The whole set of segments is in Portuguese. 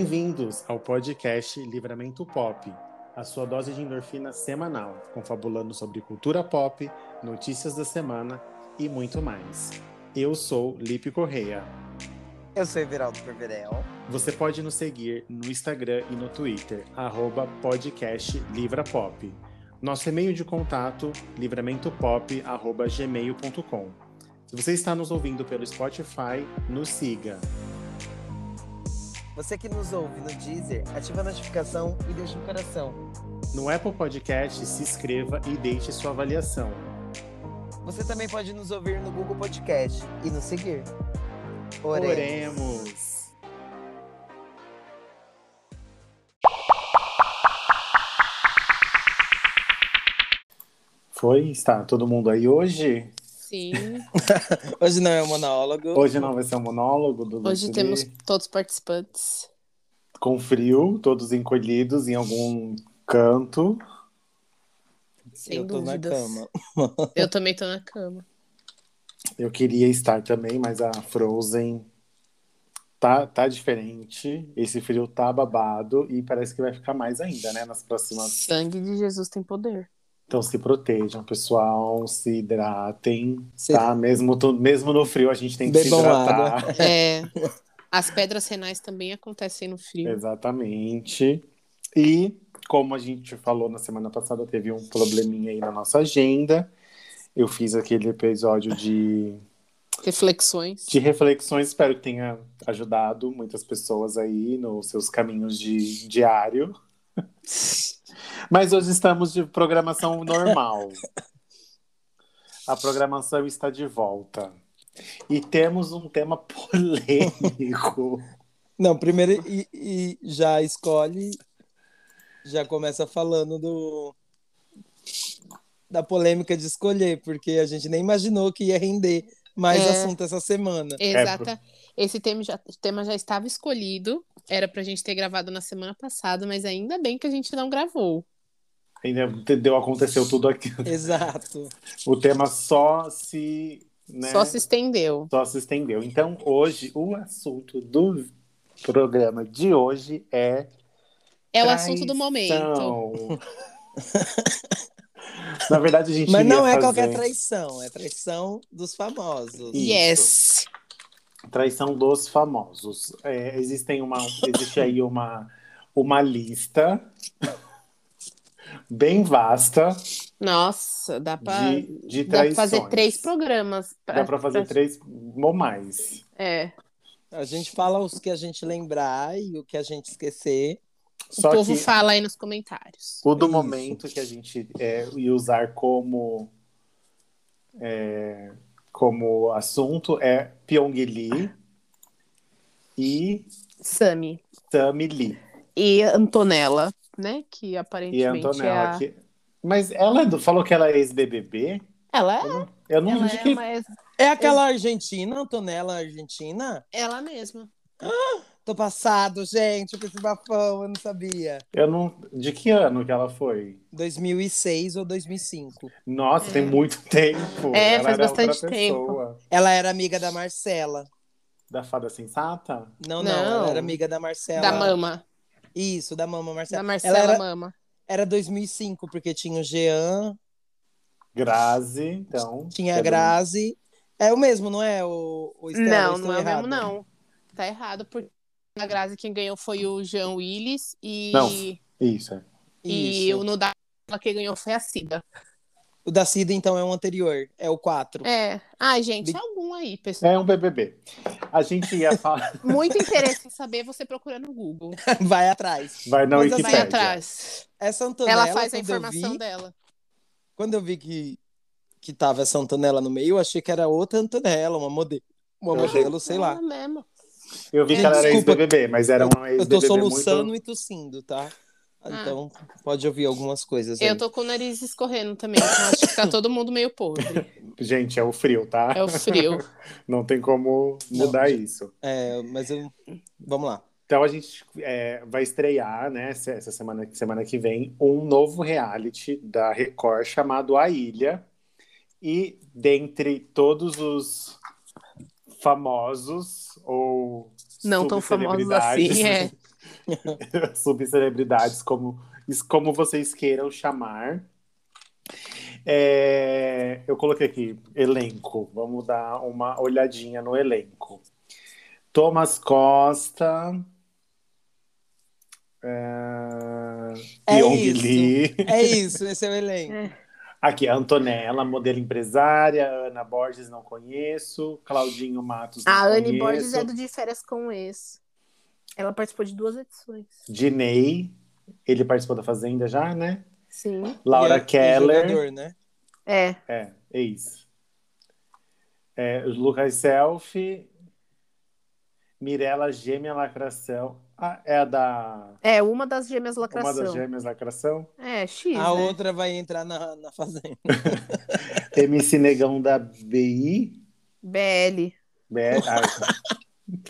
Bem-vindos ao podcast Livramento Pop, a sua dose de endorfina semanal, confabulando sobre cultura pop, notícias da semana e muito mais. Eu sou Lipe Correia. Eu sou Everaldo Perverel. Você pode nos seguir no Instagram e no Twitter, arroba podcast Livrapop. Nosso e-mail de contato, livramentopop.gmail.com. Se você está nos ouvindo pelo Spotify, nos siga. Você que nos ouve no Deezer, ativa a notificação e deixa um coração. No Apple Podcast, se inscreva e deixe sua avaliação. Você também pode nos ouvir no Google Podcast e nos seguir. Oremos! Foi? Está todo mundo aí hoje? Sim. Hoje não é um monólogo. Hoje não vai ser um monólogo do Hoje Lucili, temos todos participantes. Com frio, todos encolhidos em algum canto. Sem eu tô dúvidas. na cama. Eu também tô na cama. Eu queria estar também, mas a Frozen tá, tá diferente. Esse frio tá babado e parece que vai ficar mais ainda, né? Nas próximas. Sangue de Jesus tem poder. Então se protejam, pessoal. Se hidratem. Se- Tá? Mesmo, tu- mesmo no frio, a gente tem que se Bebam hidratar. É. As pedras renais também acontecem no frio. Exatamente. E como a gente falou na semana passada, teve um probleminha aí na nossa agenda. Eu fiz aquele episódio de É. Reflexões. de reflexões. Espero que tenha ajudado muitas pessoas aí nos seus caminhos de diário. Mas hoje estamos de programação normal. A programação está de volta. E temos um tema polêmico. Não, primeiro e, e já escolhe, já começa falando do da polêmica de escolher, porque a gente nem imaginou que ia render mais É. assunto essa semana. Exata. Esse tema já, o tema já estava escolhido. Era pra gente ter gravado na semana passada, mas ainda bem que a gente não gravou. Ainda Entendeu? Aconteceu tudo aqui. Exato. O tema só se. né, Só se estendeu. só se estendeu. Então, hoje, o assunto do programa de hoje é É o assunto do momento. Traição. Na verdade, a gente Mas iria não é fazer qualquer traição, é traição dos famosos. Isso. Yes. traição dos famosos. É, existem uma, existe aí uma, uma lista bem vasta Nossa, dá pra, de, de dá pra traições. fazer três programas. Dá pra fazer três ou mais. É. A gente fala os que a gente lembrar e o que a gente esquecer. O Só povo que fala aí nos comentários. o do Isso. momento que a gente é, ia usar como, é, como assunto é Pyongyi e Sami Tammy Lee. e Antonella, né? Que E a aparentemente é Antonella a... que... Mas ela é do- falou que ela é ex-BBB? Ela é, Eu não ela entendi é que... uma ex- É aquela argentina, Antonella Argentina? ela mesma. Tô passado, gente, com esse bafão, eu não sabia. Eu não... De que ano que ela foi? 2006 ou 2005. Nossa, É. tem muito tempo. É, ela faz era bastante outra tempo. pessoa. Ela era amiga da Marcela. Da Fada Sensata? Não, não, Não. ela era amiga da Marcela. Da mama, Isso, da mama Marcela. da Marcela Ela era, Mama. era 2005, porque tinha o Jean, Grazi, então. tinha a Todo Grazi. É o mesmo, não é? O, o Estela, não, estou não é o errada. mesmo, não. Tá errado, porque na Grazi quem ganhou foi o Jean Willis e, Não. mundo- Isso. é. e Isso. o Nudala quem ganhou foi a Cida. O da Cida, então, é o anterior. É o 4. É. Ai, gente, Big- algum aí, pessoal. É um BBB. A gente ia falar... Muito interesse em saber, você procura no Google. Vai atrás. Vai na Mas eu Vai Wikipédia. atrás. Essa Antonella, Ela faz a quando eu informação vi- dela. quando eu vi que, que tava essa Antonella no meio, eu achei que era outra Antonella, uma modelo. Uma Eu achei- modelo, sei lá. Ela mesmo. Eu vi que ela era É, Desculpa. ex-BBB, mas era uma Eu tô ex-BBB soluçando é muito... e tossindo, tá? Então, pode ouvir algumas coisas. aí. Ah. Eu tô com o nariz escorrendo também, então acho que tá todo mundo meio podre. Gente, é o frio, tá? É o frio. Não tem como Não. mudar isso. É, mas eu... vamos lá. Então a gente é, vai estrear, né, essa essa semana, semana que vem, um novo reality da Record chamado A Ilha. E dentre todos os famosos ou Não tão famosos subcelebridades, né? assim, é. subcelebridades, como, como vocês queiram chamar. É, eu coloquei aqui, elenco. Vamos dar uma olhadinha no elenco. Thomas Costa. É, É Pyong isso. Lee. É isso, esse é o elenco. Aqui, Antonella, modelo empresária. Ana Borges, não conheço. Claudinho Matos, não A conheço. Anne Borges é do De Férias com Ex. Ela participou de duas edições. Dinei. Ele participou da Fazenda já, né? Sim. Laura E é- e Keller. jogador, né? É. É, é isso. É, Lucas Selfie, Mirella Gêmea Lacração. Ah, é a da. É, uma das gêmeas Uma das lacração. gêmeas Lacração. É, X. A né? outra vai entrar na, na fazenda. MC Negão da BI. BL. Bé- Né? Ah,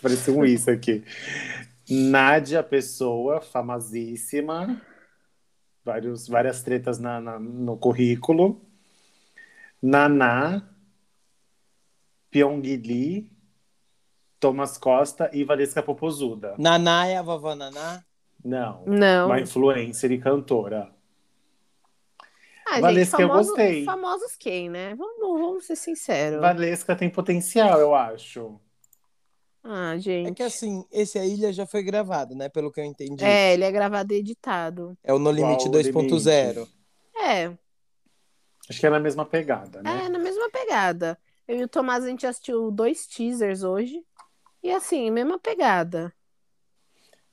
Parecia um isso aqui. Nádia Pessoa, famosíssima. Vários, várias tretas na- na- no currículo. Naná. Pyong Lee. Thomas Costa e Valesca Popozuda. Naná é a vovó Naná. Não. Não. Uma influencer e cantora. Ah, Valesca, eu famoso- gostei. Famosos quem, né? Vamos, vamos ser sinceros. Valesca tem potencial, eu acho. Ah, É gente. que assim, esse A Ilha já foi gravado, né? Pelo que eu entendi. É, É, ele é gravado e editado. o No Limite Qual o 2.0. limite? É, Acho que é na mesma pegada, né? é na mesma pegada. Eu e o Tomás, a gente assistiu dois teasers hoje. E assim, mesma pegada.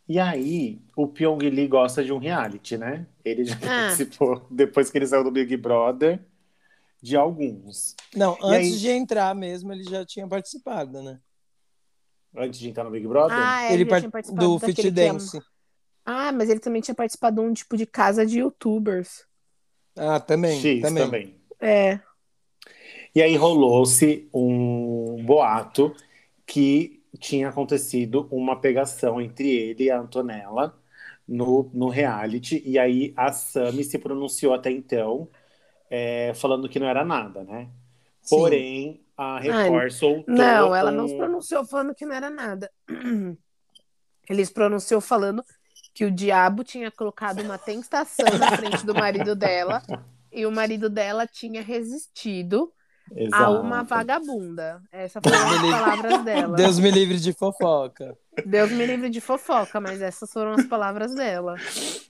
E aí, o Pyong Lee gosta de um reality, né? Ele já Ah. participou, depois que ele saiu do Big Brother, de alguns. Não, E aí? antes de entrar mesmo, ele já tinha participado, né? Antes de entrar no Big Brother, Ah, é, ele, ele já par- tinha participado do daquele Fit que é- Dance. Ah, mas ele também tinha participado de um tipo de casa de youtubers. Ah, também, X também. também. É. E aí rolou-se um boato que tinha acontecido uma pegação entre ele e a Antonella no, no reality. E aí a Sami se pronunciou até então, é, falando que não era nada, né? Sim. Porém, a Record soltou. Não, ela não se um- pronunciou falando que não era nada. Ele se pronunciou falando que o diabo tinha colocado uma tentação na frente do marido dela e o marido dela tinha resistido a uma Exato. vagabunda. Essas foram Deus me as livre. palavras dela. Deus... Deus me livre de fofoca. me livre de fofoca, mas essas foram as palavras dela.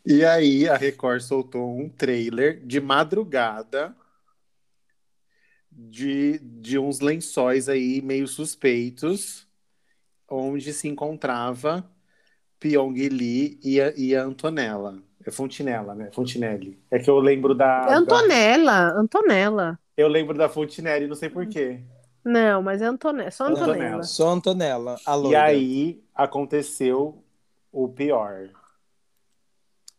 E aí a Record soltou um trailer de madrugada de, de uns lençóis aí meio suspeitos, onde se encontrava Pyong Lee e a, e a Antonella. É Fontinella, né? Fontinelli. É que eu lembro da, É da- Antonella, Antonella. Eu lembro da Fontinelli, não sei porquê. Não, mas é Antonella, só Antonella. Antonella. Só Antonella, a E loira. aí aconteceu o pior.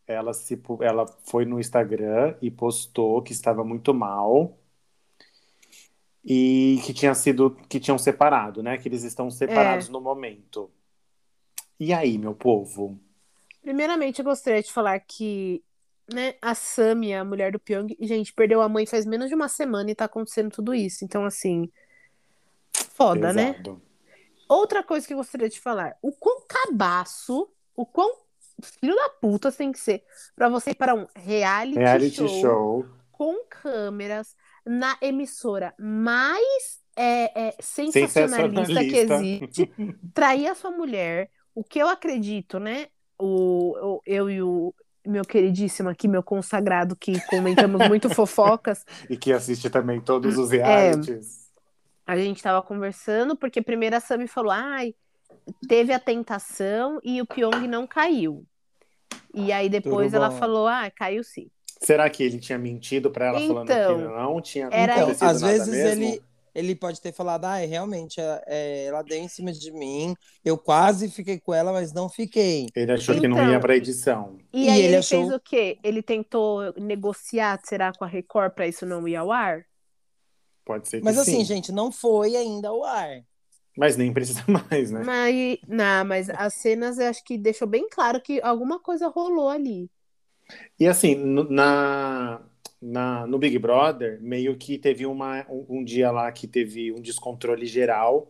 Ela, se, pu- ela foi no Instagram e postou que estava muito mal e que tinha sido que tinham separado, né? Que eles estão É. separados no momento. E aí, meu povo? Primeiramente, eu gostaria de falar que, né, a Sami, a mulher do Pyong, gente, perdeu a mãe faz menos de uma semana e tá acontecendo tudo isso. Então, assim, foda, né? pesado. Outra coisa que eu gostaria de falar, o quão cabaço, o quão filho da puta tem que ser pra você ir para um reality, Reality show, show. com câmeras na emissora mais é, é, sensacionalista, Sensacionalista. que existe, trair a sua mulher, o que eu acredito, né? O, o- eu e o meu queridíssimo aqui, meu consagrado, que comentamos muito fofocas, E que assiste também todos É. os realities. a gente tava conversando, porque primeiro a Sami falou, ai, teve a tentação e o Pyong não caiu. E aí depois Tudo ela bom. falou, ah, caiu sim. Será que ele tinha mentido pra ela falando Então, que não tinha era Então, acontecido às nada vezes mesmo? ele, ele pode ter falado, ah, é, realmente, é, é, ela deu em cima de mim, eu quase fiquei com ela, mas não fiquei. Ele achou que não Então, ia pra edição. E, E aí ele ele achou- fez o quê? Ele tentou negociar, será, com a Record pra isso não ir ao ar? Pode ser que Mas sim. assim, gente, não foi ainda ao ar. Mas nem precisa mais, né? Mas, não, mas as cenas eu acho que deixou bem claro que alguma coisa rolou ali. E assim, no, na, na- no Big Brother, meio que teve uma, um, um dia lá que teve um descontrole geral.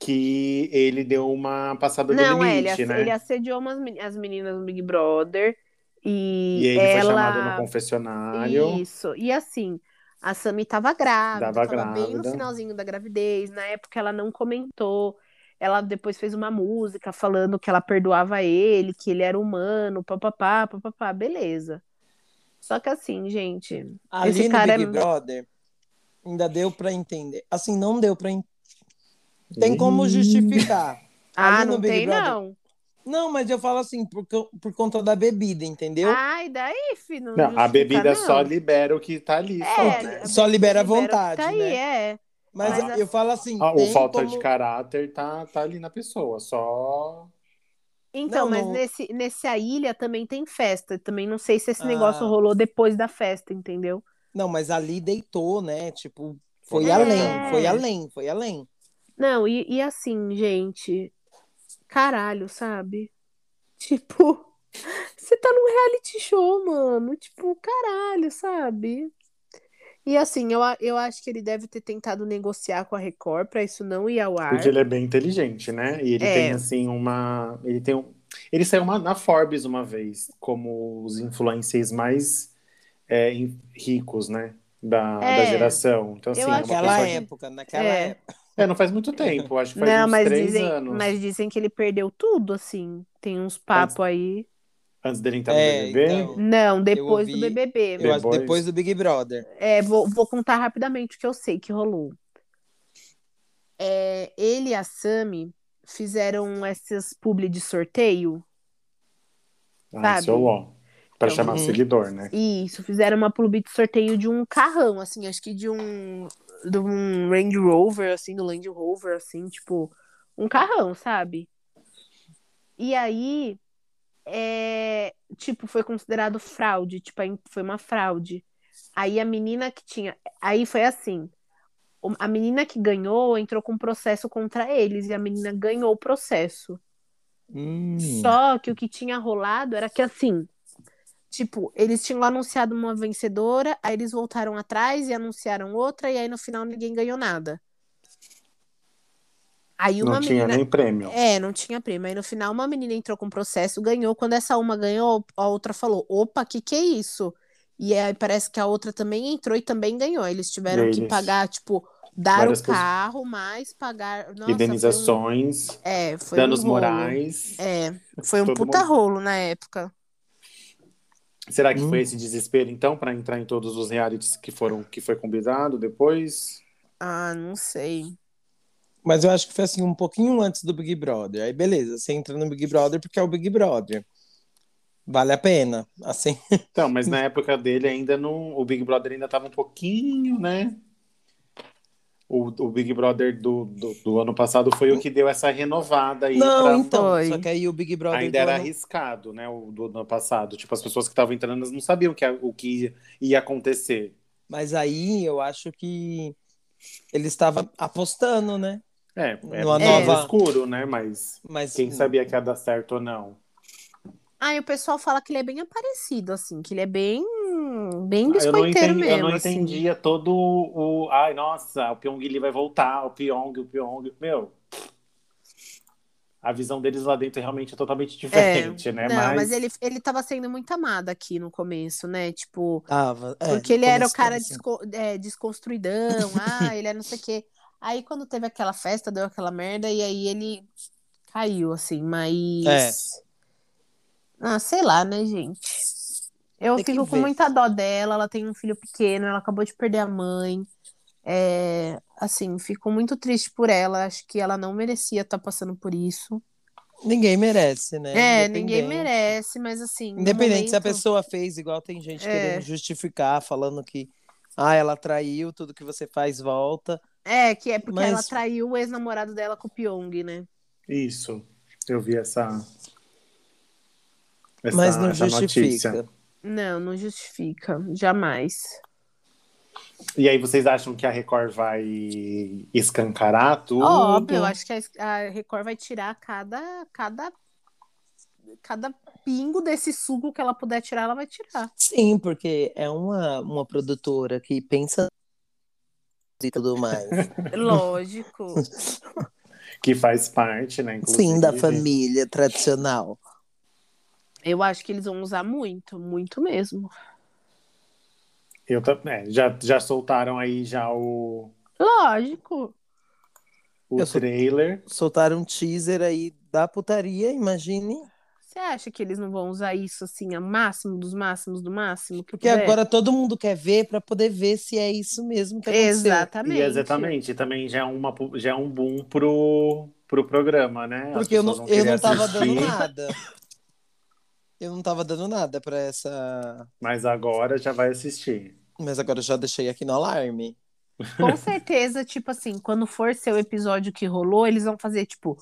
que ele deu uma passada Não, do é, limite, ele, ass- né? ele assediou umas meni- as meninas no Big Brother. E, E ele ela... foi chamado no confessionário. Isso. E assim, a Sami tava grávida, Tava tava bem no grávida. finalzinho da gravidez. Na época ela não comentou. Ela depois fez uma música falando que ela perdoava ele, que ele era humano, papapá, papapá, beleza. Só que assim, gente, Ali Esse no cara Big é- Brother, ainda deu pra entender. Assim, não deu pra. en- Tem como justificar. ah, Ali no não Big tem Brother. não. Não, mas eu falo assim, por, co- por conta da bebida, entendeu? Ai, daí, fi, não Não, a justifica, bebida não. só libera o que tá ali. só, É, né? a Só libera a Libera o que vontade, tá aí, né? é. Mas Mas a- eu falo assim, Ah, o tem falta como... de caráter tá, tá ali na pessoa, só. Então, Não, mas não- nesse nessa ilha também tem festa. Também não sei se esse Ah. negócio rolou depois da festa, entendeu? Não, mas ali deitou, né? Tipo, foi É. além, foi além, foi além. Não, e, e assim, gente, caralho, sabe? Tipo, você tá num reality show, mano. Tipo, caralho, sabe? E assim, eu, a- eu acho que ele deve ter tentado negociar com a Record pra isso não ir ao ar. Porque ele é bem inteligente, né? E ele É. tem, assim, uma. Ele tem um. Ele saiu uma- na Forbes uma vez, como os influencers mais é, in- ricos, né? Da, da É. geração. Então, assim, Eu é uma acho que pessoa Naquela é. época, naquela É. época. É, não faz muito tempo, acho que faz não, uns mas três dizem, anos. mas dizem que ele perdeu tudo, assim. Tem uns papos aí. Antes dele entrar no É, BBB. então. Não, depois do ouvi- BBB. Eu acho Depois- depois do Big Brother. É, vou, vou contar rapidamente o que eu sei que rolou. É, ele e a Sami fizeram essas publi de sorteio. Ah, isso é sabe? ó. Pra Então, chamar uhum. seguidor, né? E Isso, fizeram uma publi de sorteio de um carrão, assim, acho que de um, de um Range Rover, assim, do Land Rover, assim, tipo, um carrão, sabe? E aí, é, tipo, foi considerado fraude, tipo, aí foi uma fraude. Aí a menina que tinha, aí foi assim, o- a menina que ganhou entrou com processo contra eles e a menina ganhou o processo. Hum. Só que o que tinha rolado era que assim, tipo, eles tinham anunciado uma vencedora, aí eles voltaram atrás e anunciaram outra, e aí no final ninguém ganhou nada. Aí uma não tinha menina. nem prêmio. É, não tinha prêmio. Aí no final uma menina entrou com processo, ganhou. Quando essa uma ganhou, a outra falou: opa, que que é isso? E aí parece que a outra também entrou e também ganhou. Eles tiveram que Eles- pagar, tipo, dar Várias o coisas. carro, mais pagar. Nossa, foi um- Indenizações, É, foi um danos rolo. morais. É, foi um Todo puta mundo- rolo na época. Será que Hum. foi esse desespero, então, pra entrar em todos os realities que foram que foi combinado depois? Ah, não sei. Mas eu acho que foi assim, um pouquinho antes do Big Brother. Aí beleza, você entra no Big Brother porque é o Big Brother. Vale a pena, assim. Então, mas na época dele ainda não. O Big Brother ainda tava um pouquinho, né? O, o Big Brother do, do, do ano passado foi o que deu essa renovada aí pra- Não, então, Foi. só que aí o Big Brother ainda do era ano- arriscado, né? O do ano passado. Tipo, as pessoas que estavam entrando elas não sabiam que, a- o que ia acontecer. Mas aí eu acho que ele estava apostando, né? É, é Numa nova... nova- escuro, né? Mas Mas quem sabia que ia dar certo ou não? Ah, e o pessoal fala que ele é bem aparecido, assim, que ele é bem, Um bem Ah, eu não biscoiteiro entendi, mesmo, eu não assim. entendia todo o. Ai, nossa, o Pyong Lee vai voltar, o Pyong, o Pyong. Meu. A visão deles lá dentro realmente é totalmente diferente, né? Não, mas, mas, ele, ele tava sendo muito amado aqui no começo, né? Tipo, tava. é, porque ele era o começando cara assim. desco- é, desconstruidão, ah, ele é não sei o quê. Aí quando teve aquela festa, deu aquela merda, e aí ele caiu, assim, mas. É. Ah, sei lá, né, gente? Eu Tem que fico com ver. muita dó dela, ela tem um filho pequeno, ela acabou de perder a mãe. É, assim, fico muito triste por ela, acho que ela não merecia estar passando por isso. assim. Ninguém merece, né? É, Independente. ninguém merece, mas assim, no Independente se a momento- pessoa fez, igual tem gente É. querendo justificar, falando que ah, ela traiu, tudo que você faz volta. É, que é porque Mas- ela traiu o ex-namorado dela com o Pyong, né? Isso. Eu vi essa. essa- mas não essa é justifica. notícia. Não, não justifica, jamais. E aí, vocês acham que a Record vai escancarar tudo? Oh. Óbvio, eu acho que a- a Record vai tirar cada, cada, cada pingo desse suco que ela puder tirar, ela vai tirar. Sim, porque é uma, uma produtora que pensa e tudo mais. Lógico. que faz parte, né? Sim, da inclusive. família tradicional. Eu acho que eles vão usar muito, muito mesmo. Eu tam- é, já, já soltaram aí já o, Lógico. o Eu sou- trailer. Soltaram um teaser aí da putaria, imagine. Você acha que eles não vão usar isso assim, a máximo dos máximos do máximo? Que Porque puder? agora todo mundo quer ver para poder ver se é isso mesmo que aconteceu. tá Exatamente. E exatamente, também já é, uma, pu- já é um boom pro, pro programa, né? As Porque eu pessoas não, vão eu querer não tava assistir, dando nada. Eu não tava dando nada para essa. Mas agora já vai assistir. Mas agora eu já deixei aqui no alarme. Com certeza, tipo assim, quando for seu episódio que rolou, eles vão fazer, tipo,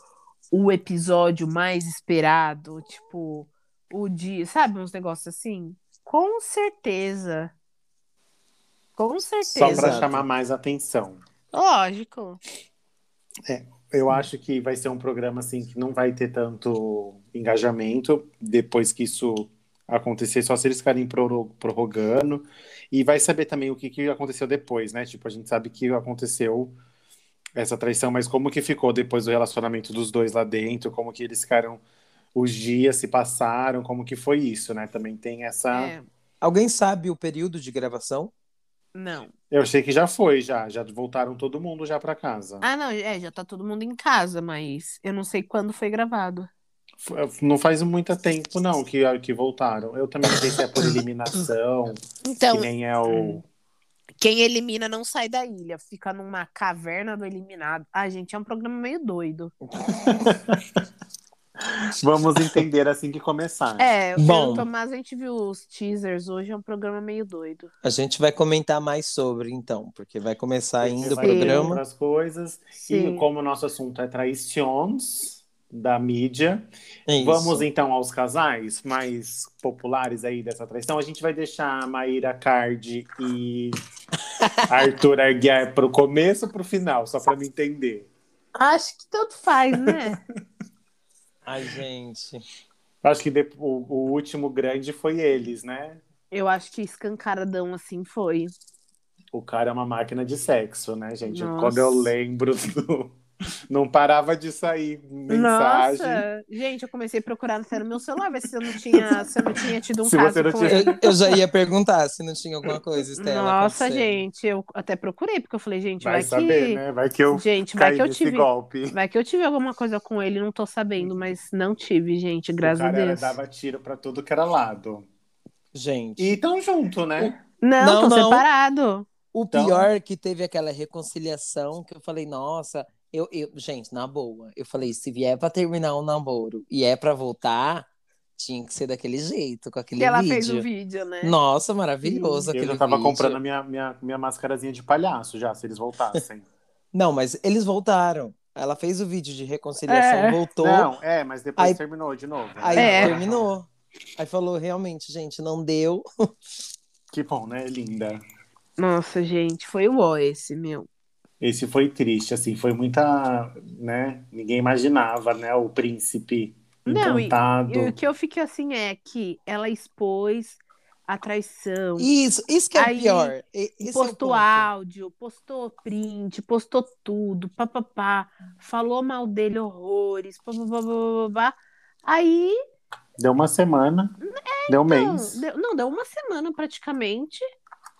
o episódio mais esperado, tipo, o dia, sabe, uns negócios assim? Com certeza. Com Só certeza. para Exato. chamar mais atenção. Lógico. Eu acho que vai ser um programa assim que não vai ter tanto engajamento depois que isso acontecer, só se eles ficarem proro- prorrogando. E vai saber também o que, que aconteceu depois, né? Tipo, a gente sabe que aconteceu essa traição, mas como que ficou depois do relacionamento dos dois lá dentro, como que eles ficaram, os dias se passaram, como que foi isso, né? Também tem essa. É, Alguém sabe o período de gravação? não. Eu achei que já foi, já. Já voltaram todo mundo já para casa. Ah, não, é, já tá todo mundo em casa, mas eu não sei quando foi gravado. F- Não faz muito tempo, não, que, ah, que voltaram. Eu também não sei se é por eliminação, Então, que nem é o. quem elimina não sai da ilha, fica numa caverna do eliminado. Ah, gente, é um programa meio doido. Vamos entender assim que começar. É, Bom. eu e o Tomás, a gente viu os teasers hoje, é um programa meio doido. A gente vai comentar mais sobre, então, porque vai começar ainda o Vai ter programa. outras coisas. E como o nosso assunto é traições da mídia, É isso. vamos então aos casais mais populares aí dessa traição. A gente vai deixar a Maíra Cardi e Arthur Aguiar pro começo ou pro final, só para me entender. Acho que tanto faz, né? Ai, gente. Acho que depo- o- o último grande foi eles, né? eu acho que escancaradão assim foi. O cara é uma máquina de sexo, né, gente? Nossa. Quando eu lembro, do- não parava de sair mensagem. Nossa, gente, eu comecei a procurar até no meu celular, ver se eu não tinha, se eu não tinha tido um Se caso você não com tinha- ele. Eu, eu já ia perguntar se não tinha alguma coisa, Estela. Nossa, acontecendo. gente, eu até procurei, porque eu falei, gente, Vai vai, saber, que. né? Vai que eu Gente, vai caí que eu nesse tive. golpe. Vai que eu tive alguma coisa com ele, não tô sabendo, mas não tive, gente, graças o a cara era- Deus. dava tiro pra tudo que era lado. Gente. E tão junto, né? Não, Não, tô não. separado. O Então- pior é que teve aquela reconciliação que eu falei, nossa, eu, eu- gente, na boa, eu falei, se vier pra terminar um namoro e é pra voltar, tinha que ser daquele jeito, com aquele E ela fez o vídeo. vídeo, né? Nonossa, maravilhoso Eu aquele já tava vídeo. comprando a minha, minha, minha mascarazinha de palhaço já, se eles voltassem. Não, mas eles voltaram. Ela fez o vídeo de reconciliação, É. voltou, Não, é, mas depois Aí- terminou de novo. né? aí É. terminou. Aí falou, realmente, gente, não deu. Que bom, né, linda? Nossa, gente, foi o ó esse, meu. Esse foi triste, assim, foi muita, né? Ninguém imaginava, né? O príncipe Não, e- encantado. E o que eu fiquei assim é que ela expôs a traição, Isso, isso que é Aí, o pior. E- Esse postou é áudio, postou print, postou tudo, papapá, falou mal dele horrores, papapá. Aí, Deu uma semana, deu um não mês. Então, deu, não, deu uma semana praticamente,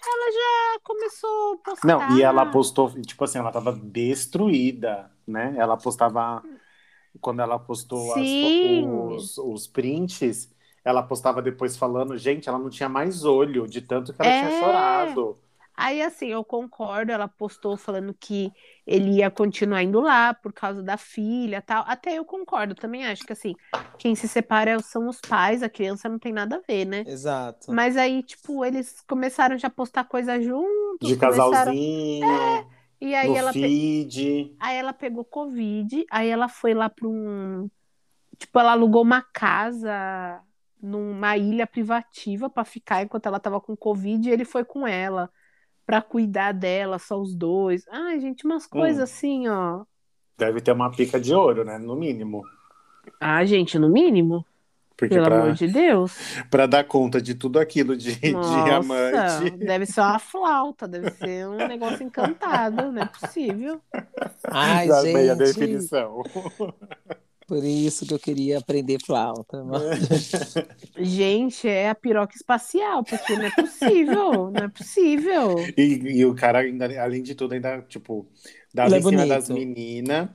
ela já começou a postar. Não, e ela postou, tipo assim, ela tava destruída, né? Ela postava. Quando ela postou as fo- Sim. os, os prints, ela postava depois falando, gente, ela não tinha mais olho, de tanto que ela É. tinha chorado. Aí, assim, eu concordo, ela postou falando que ele ia continuar indo lá por causa da filha tal. Até eu concordo, também acho que, assim, quem se separa são os pais, a criança não tem nada a ver, né? o ponto. Exato. Mas aí, tipo, eles começaram já a postar coisa juntos, De começaram- É, casalzinho, E aí no ela, pe- feed. aí ela pegou Covid, aí ela foi lá pra um... Tipo, ela alugou uma casa numa ilha privativa pra ficar enquanto ela tava com Covid e ele foi com ela pra cuidar dela, só os dois. Ai, gente, Hum. umas coisas assim, ó. Deve ter uma pica de ouro, né? No mínimo. Ah, gente, no mínimo. Porque Pelo pra, amor de Deus. pra dar conta de tudo aquilo de, de Nossa, amante. deve ser uma flauta, deve ser um negócio encantado, não é possível. Ai, da meia gente, definição. por isso que eu queria aprender flauta. Gente, é a piroca espacial, porque não é possível, não é possível. E, e o cara, ainda- além de tudo, ainda, tipo, dava Ele é em cima bonito. das meninas.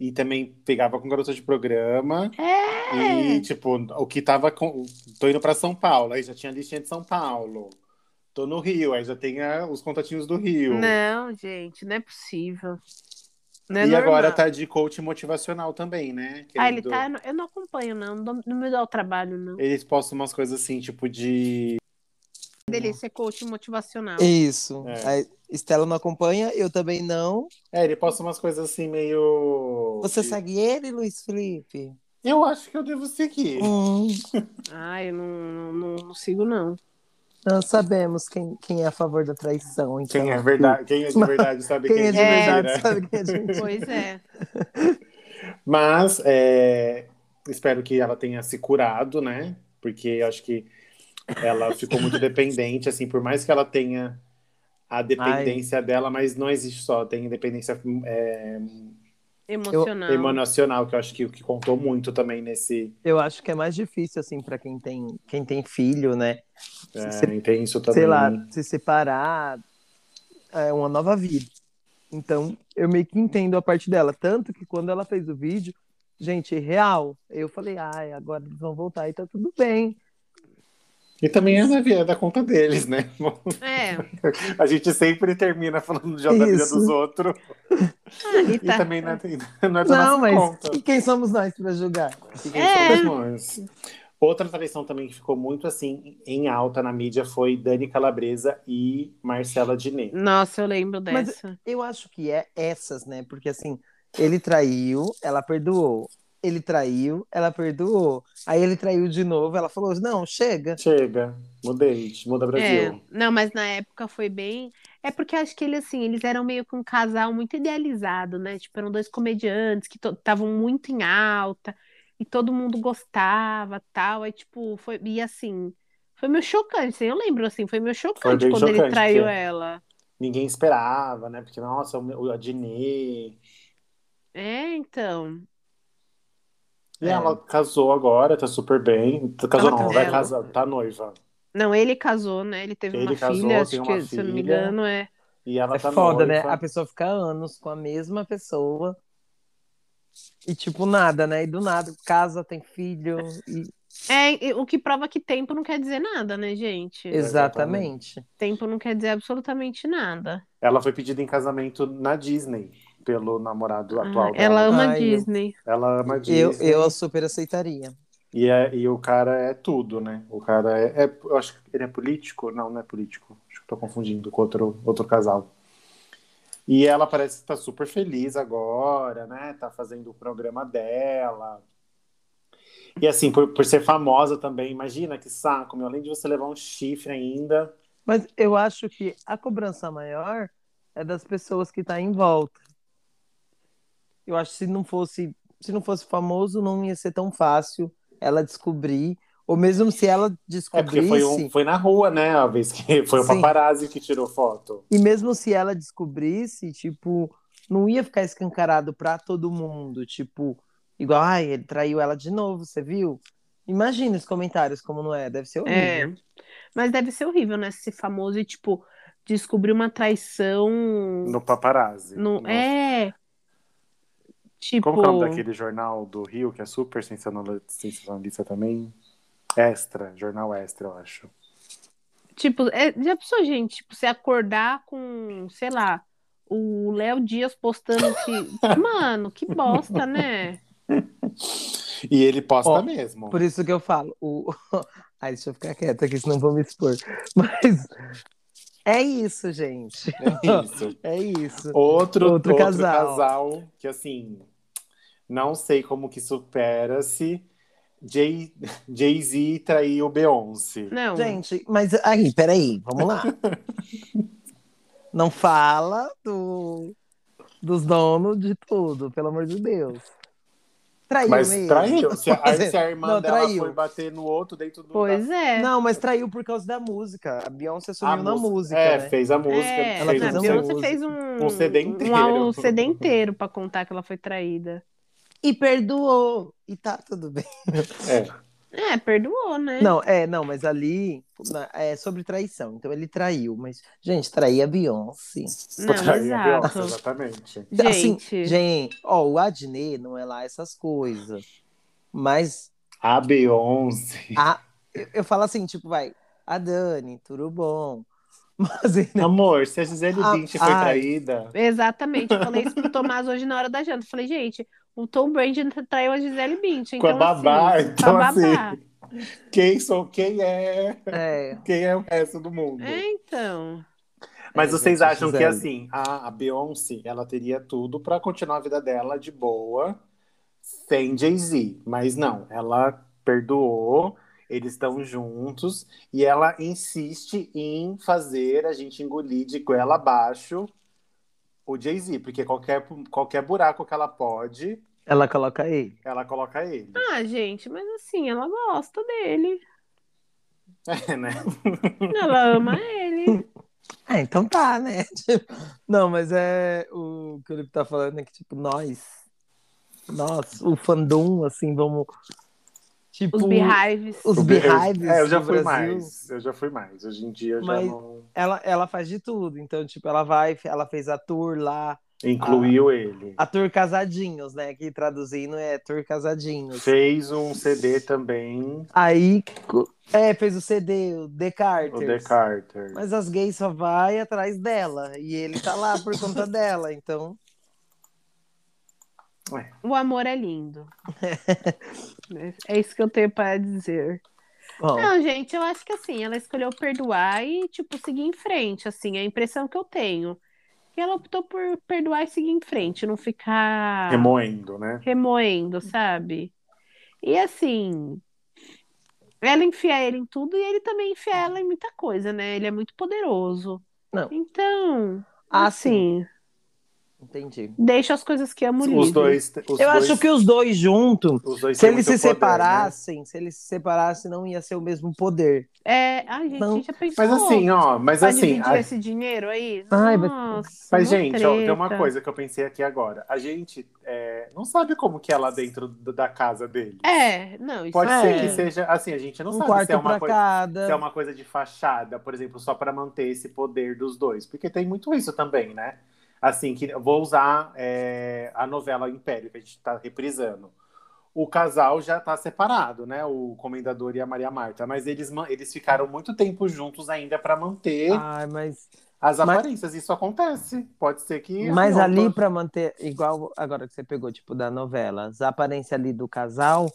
E também pegava com garota de programa. É. E, tipo, o que tava com. Tô indo pra São Paulo, aí já tinha listinha de São Paulo. Tô no Rio, aí já tem a- os contatinhos do Rio. Né, Não, gente, não é possível. Não é e normal. agora tá de coach motivacional também, né? Ah, ele querido? tá. Eu não acompanho, não. Não, não me dá o trabalho, não. Eles postam umas coisas assim, tipo de. Dele ser é coach motivacional. Isso. É. A Estela não acompanha, eu também não. É, ele posta umas coisas assim meio. Você de- segue ele, Luiz Felipe? Eu acho que eu devo seguir. Hum, Ah, eu não, não, não, não sigo, não. nós sabemos quem, quem é a favor da traição. Então. Quem é verdade, quem é de verdade sabe Quem é de verdade mentira. sabe quem é de mentira. Pois é. Mas é, espero que ela tenha se curado, né? Porque eu acho que ela ficou muito dependente, assim, por mais que ela tenha a dependência dela, mas não existe só, tem dependência é, Emocional. emocional, que eu acho que o que contou muito também nesse. Eu acho que é mais difícil, assim, pra quem tem, quem tem filho, né? É, Se- tem isso também. Sei lá, se separar é uma nova vida. Então, eu meio que entendo a parte dela. Tanto que quando ela fez o vídeo, gente, real, eu falei, ai, agora eles vão voltar e tá tudo bem. E também é da, é da conta deles, né? É. A gente sempre termina falando de da vida Isso. dos outros. Ah, e E tá- também não é, não é da Não, nossa mas conta. e quem somos nós pra julgar? Fiquem É. somos nós. Outra traição também que ficou muito assim em alta na mídia foi Dani Calabresa e Marcela Diné. Nossa, eu lembro Mas- dessa. Eu acho que é essas, né? Porque assim, ele traiu, ela perdoou. Ele traiu, ela perdoou. Aí ele traiu de novo, ela falou: não, chega. Chega, mudei, muda É, Brasil. não, mas na época foi bem. É porque acho que ele, assim, eles eram meio que um casal muito idealizado, né? Tipo, eram dois comediantes que estavam muito em alta e todo mundo gostava, tal. Aí, tipo, foi. E assim, foi meio chocante, assim, eu lembro, assim, foi meio chocante bem quando ele chocante, traiu porque- ela. Ninguém esperava, né? Porque, nossa, o- a Diné. É, então. E É. ela casou agora, tá super bem. Casou Ela não, casou. vai casar, tá noiva. Não, ele casou, né? Ele teve Ele uma casou, filha, acho tem que, uma se eu não me filha. engano, é. E ela É tá foda, né? noiva. A pessoa fica anos com a mesma pessoa. E tipo, nada, né? E do nada, casa, tem filho. e- É, e o que prova que tempo não quer dizer nada, né, É gente? Exatamente. Tempo não quer dizer absolutamente nada. Ela foi pedida em casamento na Disney pelo namorado atual Ah, dela. ela ama Ai, eu- Disney. Ela é ama a Eu, Disney. eu super aceitaria. E, é- e o cara é tudo, né? O cara é, é- Eu acho que ele é político? Não, não é político. Acho que tô confundindo com outro, outro casal. E ela parece que tá super feliz agora, né? Tá fazendo o programa dela. E assim, por, por ser famosa também, imagina que saco, meu. Além de você levar um chifre ainda. Mas eu acho que a cobrança maior é das pessoas que tá em volta. Eu acho que se não fosse, se não fosse famoso, não ia ser tão fácil ela descobrir. Ou mesmo se ela É descobrisse. porque foi, um, foi na rua, né? A vez que foi o Sim. paparazzi que tirou foto. E mesmo se ela descobrisse, tipo, não ia ficar escancarado pra todo mundo, tipo, igual, ai, ele traiu ela de novo, você viu? Imagina os comentários como não é, deve ser É. Uhum. horrível. Mas deve ser horrível, né? Ser famoso e, tipo, descobrir uma traição. No paparazzi. No... Nossa. É. Tipo. Como que é o nome daquele jornal do Rio, que é super sensacional- sensacionalista também? Extra, jornal extra, eu acho. Tipo, é, já pensou, gente? Tipo, você acordar com, sei lá, o Léo Dias postando que. Mano, que bosta, né? E ele posta Ó, mesmo. Por isso que eu falo, o... ai, deixa eu ficar quieta aqui, senão vou me expor. Mas é isso, gente, É isso. é isso. Outro, Outro outro, casal. casal. que, assim, não sei como que supera-se. Jay- Jay-Z traiu Beyoncé. Não. Gente, mas aí, peraí, vamos lá. Não fala do... dos donos de tudo, pelo amor de Deus. Traiu Mas mesmo. traiu. Se a, Fazendo. se a irmã Não, dela traiu. foi bater no outro dentro do. Pois é. Não, mas traiu por causa da música. A Beyoncé da, a sumiu na música, É, né? fez a música. É, ela fez a um fez a CD. Beyoncé música. fez um, Um CD inteiro. Um álbum CD inteiro pra contar que ela foi traída. E perdoou. E tá tudo bem. É. É, perdoou, né? Não, é, não, mas ali na- é sobre traição. Então ele traiu, mas gente, trair a Beyoncé. Não, Trair a Beyoncé, exato. exatamente. Assim, Gente. gente, ó, o Adnet não é lá essas coisas. Mas A Beyoncé. a, eu, eu falo assim, tipo, vai, a Dani, tudo bom. Mas ele- Amor, se a Gisele Ah, Bündchen foi ai. traída. Exatamente. Eu falei isso pro Tomás hoje na hora da janta. Eu falei, gente, o Tom Brady traiu a Gisele Bündchen. Com a então, assim, babá, então com a assim. babá. Quem sou, quem é, é, quem é o resto do mundo? É, então. Mas É, vocês gente, acham que Gisele. assim, a, a Beyoncé, ela teria tudo pra continuar a vida dela de boa, sem Jay-Z, mas não, ela perdoou, eles estão juntos e ela insiste em fazer a gente engolir de goela abaixo o Jay-Z, porque qualquer qualquer buraco que ela pode, ela coloca ele. ela coloca ele, Ah, gente, mas assim, ela gosta dele. É, né? Ela ama ele. Ah, então tá, né? Tipo, Não, mas é o que o Lipe tá falando é que, tipo, nós, nós, o fandom, assim, vamos. Tipo, Os beehives. os beehives É, eu já do fui Brasil. mais, eu já fui mais. Hoje em dia eu Mas- já não ela, ela faz de tudo. Então, tipo, ela vai, ela fez a tour lá, Ah. incluiu ele. a tour Casadinhos, né? Que traduzindo é tour Casadinhos. Fez um CD também, Aí, co- é, fez o CD, o The o Carters. The Carter. Mas as gays só vai atrás dela. E ele tá lá por conta dela, então. O amor é lindo. é isso que eu tenho para dizer. Bom, Não, gente, eu acho que assim, ela escolheu perdoar e, tipo, seguir em frente, assim, é a impressão que eu tenho. Que ela optou por perdoar e seguir em frente, não ah, ficar Remoendo, né? remoendo, sabe? E assim, ela enfia ele em tudo e ele também enfia ela em muita coisa, né? Ele é muito poderoso. Não. Então, ah, sim. assim, Entendi. deixa as coisas que amo livre. Os dois. Os Eu dois, acho que os dois juntos, os dois se têm eles se muito poder, né? separassem, se eles se separassem, não ia ser o mesmo poder. É, ai, gente, Não. já pensou Mas assim, ó, mas pra assim. dividir a- esse dinheiro aí? Ai, vai- Nossa, Mas, mó gente, ó, tem uma treta. coisa que eu pensei aqui agora. A gente é, não sabe como que é lá dentro do- da casa dele. É, não, isso Pode é. ser que seja. Assim, a gente não um sabe quarto se é uma pra coisa. cada. se é uma coisa de fachada, por exemplo, só para manter esse poder dos dois. Porque tem muito isso também, né? Assim, que eu vou usar é, a novela Império, que a gente está reprisando. O casal já está separado, né? O Comendador e a Maria Marta. Mas eles, ma- eles ficaram muito tempo juntos ainda para manter Ai, mas, as Ah, mas- aparências. Isso acontece. Pode ser que. assim, mas rompa. ali pra manter, igual agora que você pegou, tipo, da novela, as aparências ali do casal,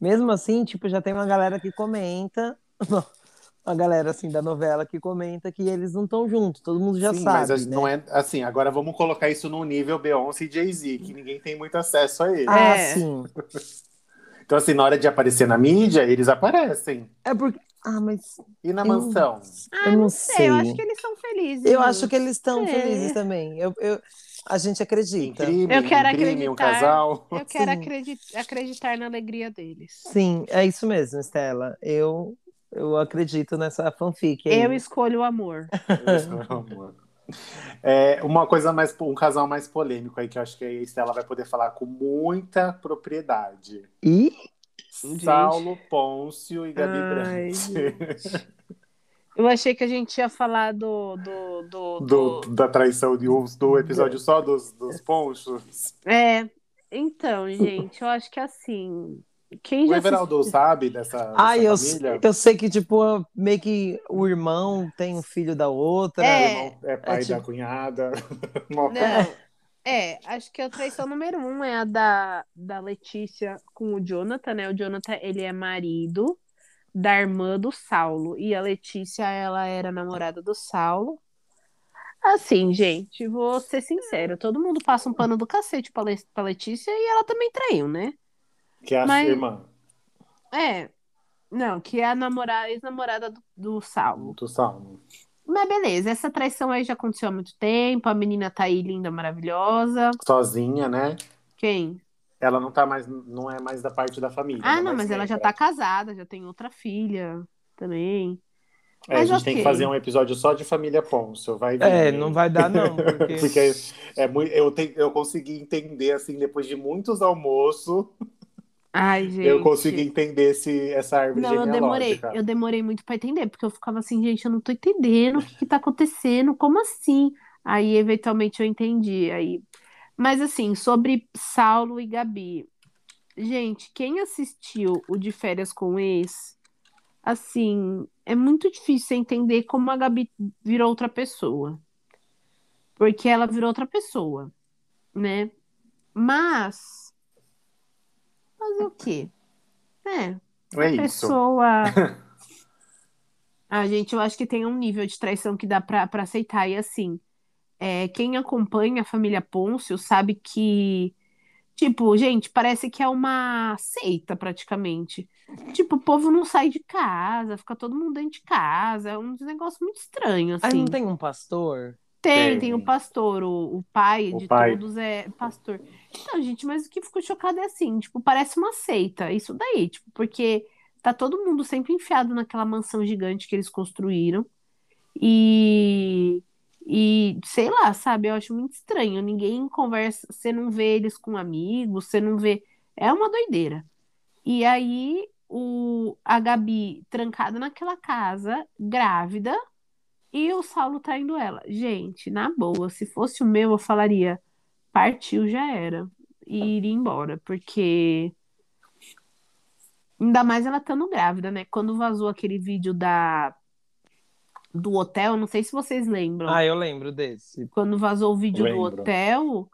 mesmo assim, tipo, já tem uma galera que comenta. Uma galera assim da novela que comenta que eles não estão juntos, todo mundo já Sim, sabe. mas a- né? não é assim. Agora vamos colocar isso num nível Beyoncé e Jay-Z, que ninguém tem muito acesso a ele. Ah, É. sim. Então, assim, na hora de aparecer na mídia, eles aparecem. É porque. Ah, mas E na Eu- mansão? Ah, eu não sei. sei. eu acho que eles são felizes. assim. Eu né? acho que eles estão É. felizes também. Eu, eu- a gente acredita. Crime, Eu quero em crime, um acreditar. casal. Eu quero Sim. acredi- acreditar na alegria deles. Sim, é isso mesmo, Estela. Eu, eu acredito nessa fanfic. aí. Eu escolho o amor. É, uma coisa mais, um casal mais polêmico aí que eu acho que a Estela vai poder falar com muita propriedade. E Gente. Saulo Pôncio e Gabi Ai, Brandt. Eu achei que a gente ia falar do. do, do, Do, do- da traição de uns, do episódio só dos, dos Ponchos. É. Então, gente, eu acho que assim. Quem O já. Everaldo sabe dessa, dessa ai, Ah, eu, família? eu sei que tipo meio que o irmão tem um filho da outra. É. É pai É, tipo- da cunhada. Mó- Não. É, acho que a traição número um é a da, da Letícia com o Jonathan, né? O Jonathan, ele é marido da irmã do Saulo. E a Letícia, ela era namorada do Saulo. Assim, gente, vou ser sincero. Todo mundo passa um pano do cacete pra, Le pra Letícia e ela também traiu, né? Que é a Mas- irmã É. Não, que é a namorada, ex-namorada do, do Saulo. do Saulo. Mas beleza, essa traição aí já aconteceu há muito tempo. A menina tá aí linda, maravilhosa. Sozinha, né? Quem? Ela não tá mais, não é mais da parte da família. Ah, né? não, mas ela já lembra. tá casada, já tem outra filha também. É, a mas gente tem que ok. fazer um episódio só de família Ponce. Vai vir. né? É, não vai dar, não. Porque... Porque é muito, eu, te- eu consegui entender, assim, depois de muitos almoços, Ai, gente. eu consegui entender esse, essa árvore Não, eu demorei, genealógica. eu demorei muito pra entender, porque eu ficava assim, gente, eu não tô entendendo o que que tá acontecendo, como assim? Aí, eventualmente, eu entendi. Aí... Mas, assim, sobre Saulo e Gabi. Gente, quem assistiu o De Férias com o Ex, assim, é muito difícil você entender como a Gabi virou outra pessoa. Porque ela virou outra pessoa, né? Mas. Fazer o quê? É, É isso. pessoa. A gente, eu acho que tem um nível de traição que dá pra pra aceitar. E assim, é, quem acompanha a família Pôncio sabe que, tipo, gente, parece que é uma seita praticamente. Tipo, o povo não sai de casa, fica todo mundo dentro de casa. É um negócio muito estranho, Aí assim. não tem um pastor? Tem. Tem, tem o pastor, o, o pai O de pai. todos é pastor. Então, gente, mas o que ficou chocado é assim, tipo, parece uma seita, isso daí, tipo, porque tá todo mundo sempre enfiado naquela mansão gigante que eles construíram. E, e sei lá, sabe, eu acho muito estranho. Ninguém conversa, você não vê eles com amigos, você não vê. É uma doideira. E aí, o, a Gabi trancada naquela casa, grávida, e o Saulo traindo ela. Gente, na boa, se fosse o meu, eu falaria: partiu, já era. E iria embora, porque. Ainda mais ela estando grávida, né? Quando vazou aquele vídeo da do hotel, não sei se vocês lembram. Ah, eu lembro desse. Quando vazou o vídeo do Lembro. hotel,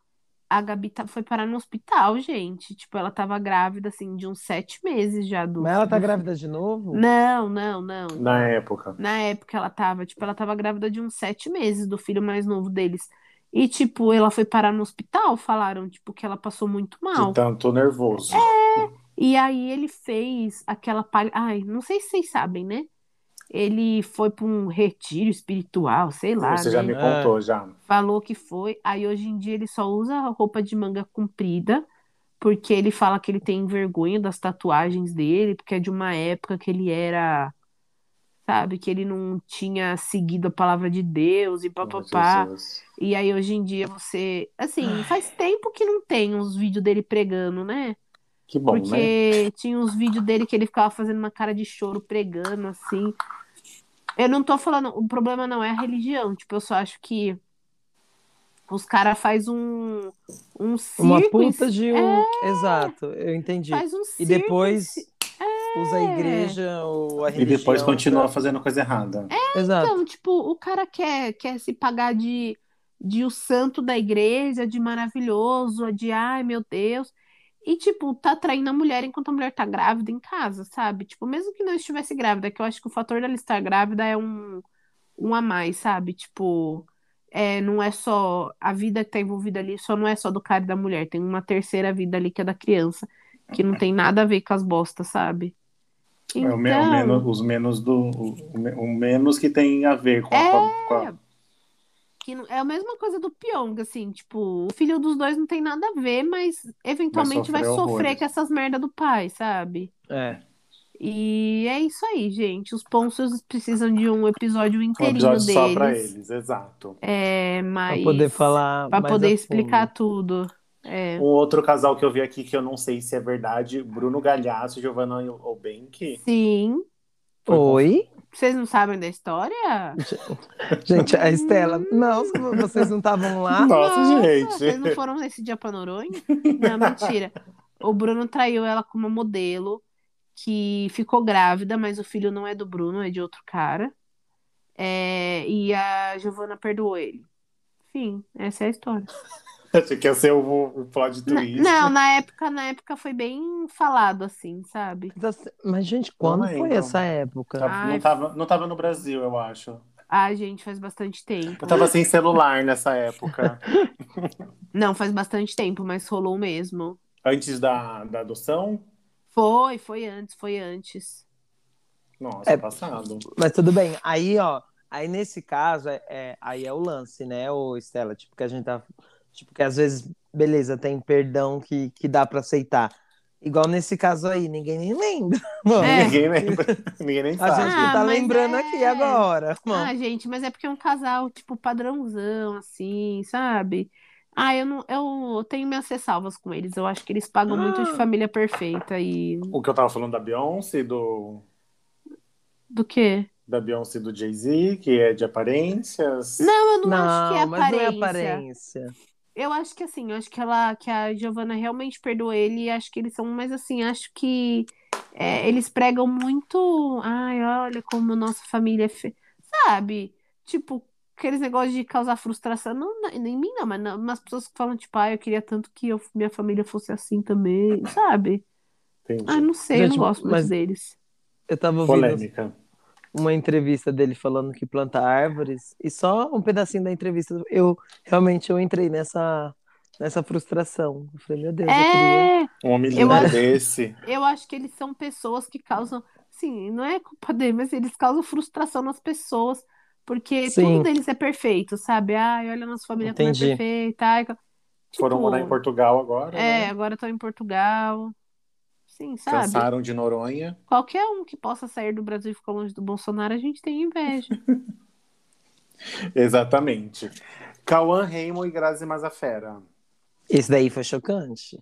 a Gabi ta- foi parar no hospital, gente. Tipo, ela tava grávida, assim, de uns sete meses já do. Mas ela tá do- grávida de novo? Não, não, não. Na época. Na época ela tava, tipo, ela tava grávida de uns sete meses do filho mais novo deles. E, tipo, ela foi parar no hospital, falaram, tipo, que ela passou muito mal. De tanto nervoso. É, tá E aí ele fez aquela palha. Ai, não sei se vocês sabem, né? Ele foi pra um retiro espiritual, sei lá, Você já né? me É. contou, já. Falou que foi. Aí hoje em dia ele só usa roupa de manga comprida, porque ele fala que ele tem vergonha das tatuagens dele, porque é de uma época que ele era, sabe, que ele não tinha seguido a palavra de Deus e papapá. Jesus. E aí hoje em dia você, assim, faz tempo que não tem uns vídeos dele pregando, né? Que bom, né? Porque tinha uns vídeos dele que ele ficava fazendo uma cara de choro, pregando, assim. Eu não tô falando, o problema não é a religião, tipo, eu só acho que os caras faz um um circo, Uma em puta ci- de um. Exato, eu entendi. É. faz um circo É. E em depois ci- usa a igreja ou a E religião. depois continua pra- fazendo coisa errada. Exato. É, Então, tipo, o cara quer quer se pagar de de o santo da igreja, de maravilhoso, de ai meu Deus. E, tipo, tá traindo a mulher enquanto a mulher tá grávida em casa, sabe? Tipo, mesmo que não estivesse grávida, que eu acho que o fator dela estar grávida é um, um a mais, sabe? Tipo, é, não é só a vida que tá envolvida ali, só não é só do cara e da mulher. Tem uma terceira vida ali que é da criança, que não tem nada a ver com as bostas, sabe? É o, me- o Então, menos, os menos do. O, me- o menos que tem a ver com a. É. com a- com a- que não- é a mesma coisa do Pyong, assim, tipo, o filho dos dois não tem nada a ver, mas eventualmente vai sofrer sofrer horrores. com essas merda do pai, sabe? É. E é isso aí, gente. Os Pôncios precisam de um episódio um inteirinho episódio só pra deles. eles, exato. É, Pra mas poder falar. pra mais poder a explicar tudo. É. Um outro casal que eu vi aqui que eu não sei se é verdade, Bruno Galhaço e Giovanna Obenck. Sim. fundo. Oi? Vocês não sabem da história? Gente, a Estela. Hum. Não, vocês não estavam lá. Nossa, Vocês não gente. foram nesse dia pra Noronha? Não, mentira. O Bruno traiu ela com uma modelo que ficou grávida, mas o filho não é do Bruno, é de outro cara. É, e a Giovana perdoou ele. Enfim, essa é a história. Achei que ia ser o, o plot Na- twist. não, na época, na época foi bem falado assim, sabe? Mas, mas, gente, quando Não é, foi então. essa época? Tá- Ai. Não, tava, não tava no Brasil, eu acho. Ah, gente, faz bastante tempo. Eu tava sem celular nessa época. Não, faz bastante tempo, mas rolou mesmo. Antes da, da adoção? Foi, foi antes, foi antes. Nossa, É. passado. Mas tudo bem. Aí, ó. Aí nesse caso, é, é- aí é o lance, né, ô Estela? Tipo, que a gente tá. Tipo, que às vezes beleza, tem perdão que, que dá pra aceitar. Igual nesse caso aí, ninguém nem lembra. mano. É. Ninguém lembra. Ninguém nem A gente sabe. que Ah, tá mas lembrando é. aqui agora. mano. Ah, gente, mas é porque é um casal, tipo, padrãozão, assim, sabe? Ah, eu não, eu tenho minhas ressalvas com eles. Eu acho que eles pagam muito de família perfeita e O que eu tava falando da Beyoncé, do. do quê? Da Beyoncé e do Jay-Z, que é de aparências. Não, eu não, acho que é Não, mas não é aparência. aparência. Eu acho que assim, eu acho que ela, que a Giovanna realmente perdoou ele, e acho que eles são, mas assim, acho que é, eles pregam muito, ai, olha como nossa família é fe... sabe? Tipo, aqueles negócios de causar frustração, não na- em mim não, mas na- nas pessoas que falam, tipo, ai, eu queria tanto que eu- minha família fosse assim também, sabe? Ah, Entendi. não sei, eu não Gente, gosto muito mas- deles. Eu tava ouvindo Polêmica. uma entrevista dele falando que planta árvores e só um pedacinho da entrevista eu realmente eu entrei nessa nessa frustração. Eu falei, meu Deus, eu queria. É, Um homem Eu lindo acho- desse. eu acho que eles são pessoas que causam, sim, não é culpa dele, mas eles causam frustração nas pessoas, porque Sim. tudo deles é perfeito, sabe? Ai, olha a nossa família como Entendi. é perfeita. Ai, co- Foram tipo, morar em Portugal agora. É, né? agora estão em Portugal. Sim, sabe? Cansaram de Noronha. Qualquer um que possa sair do Brasil e ficar longe do Bolsonaro, a gente tem inveja. Exatamente. Cauã Raymond e Grazi Mazafera. Esse daí foi chocante.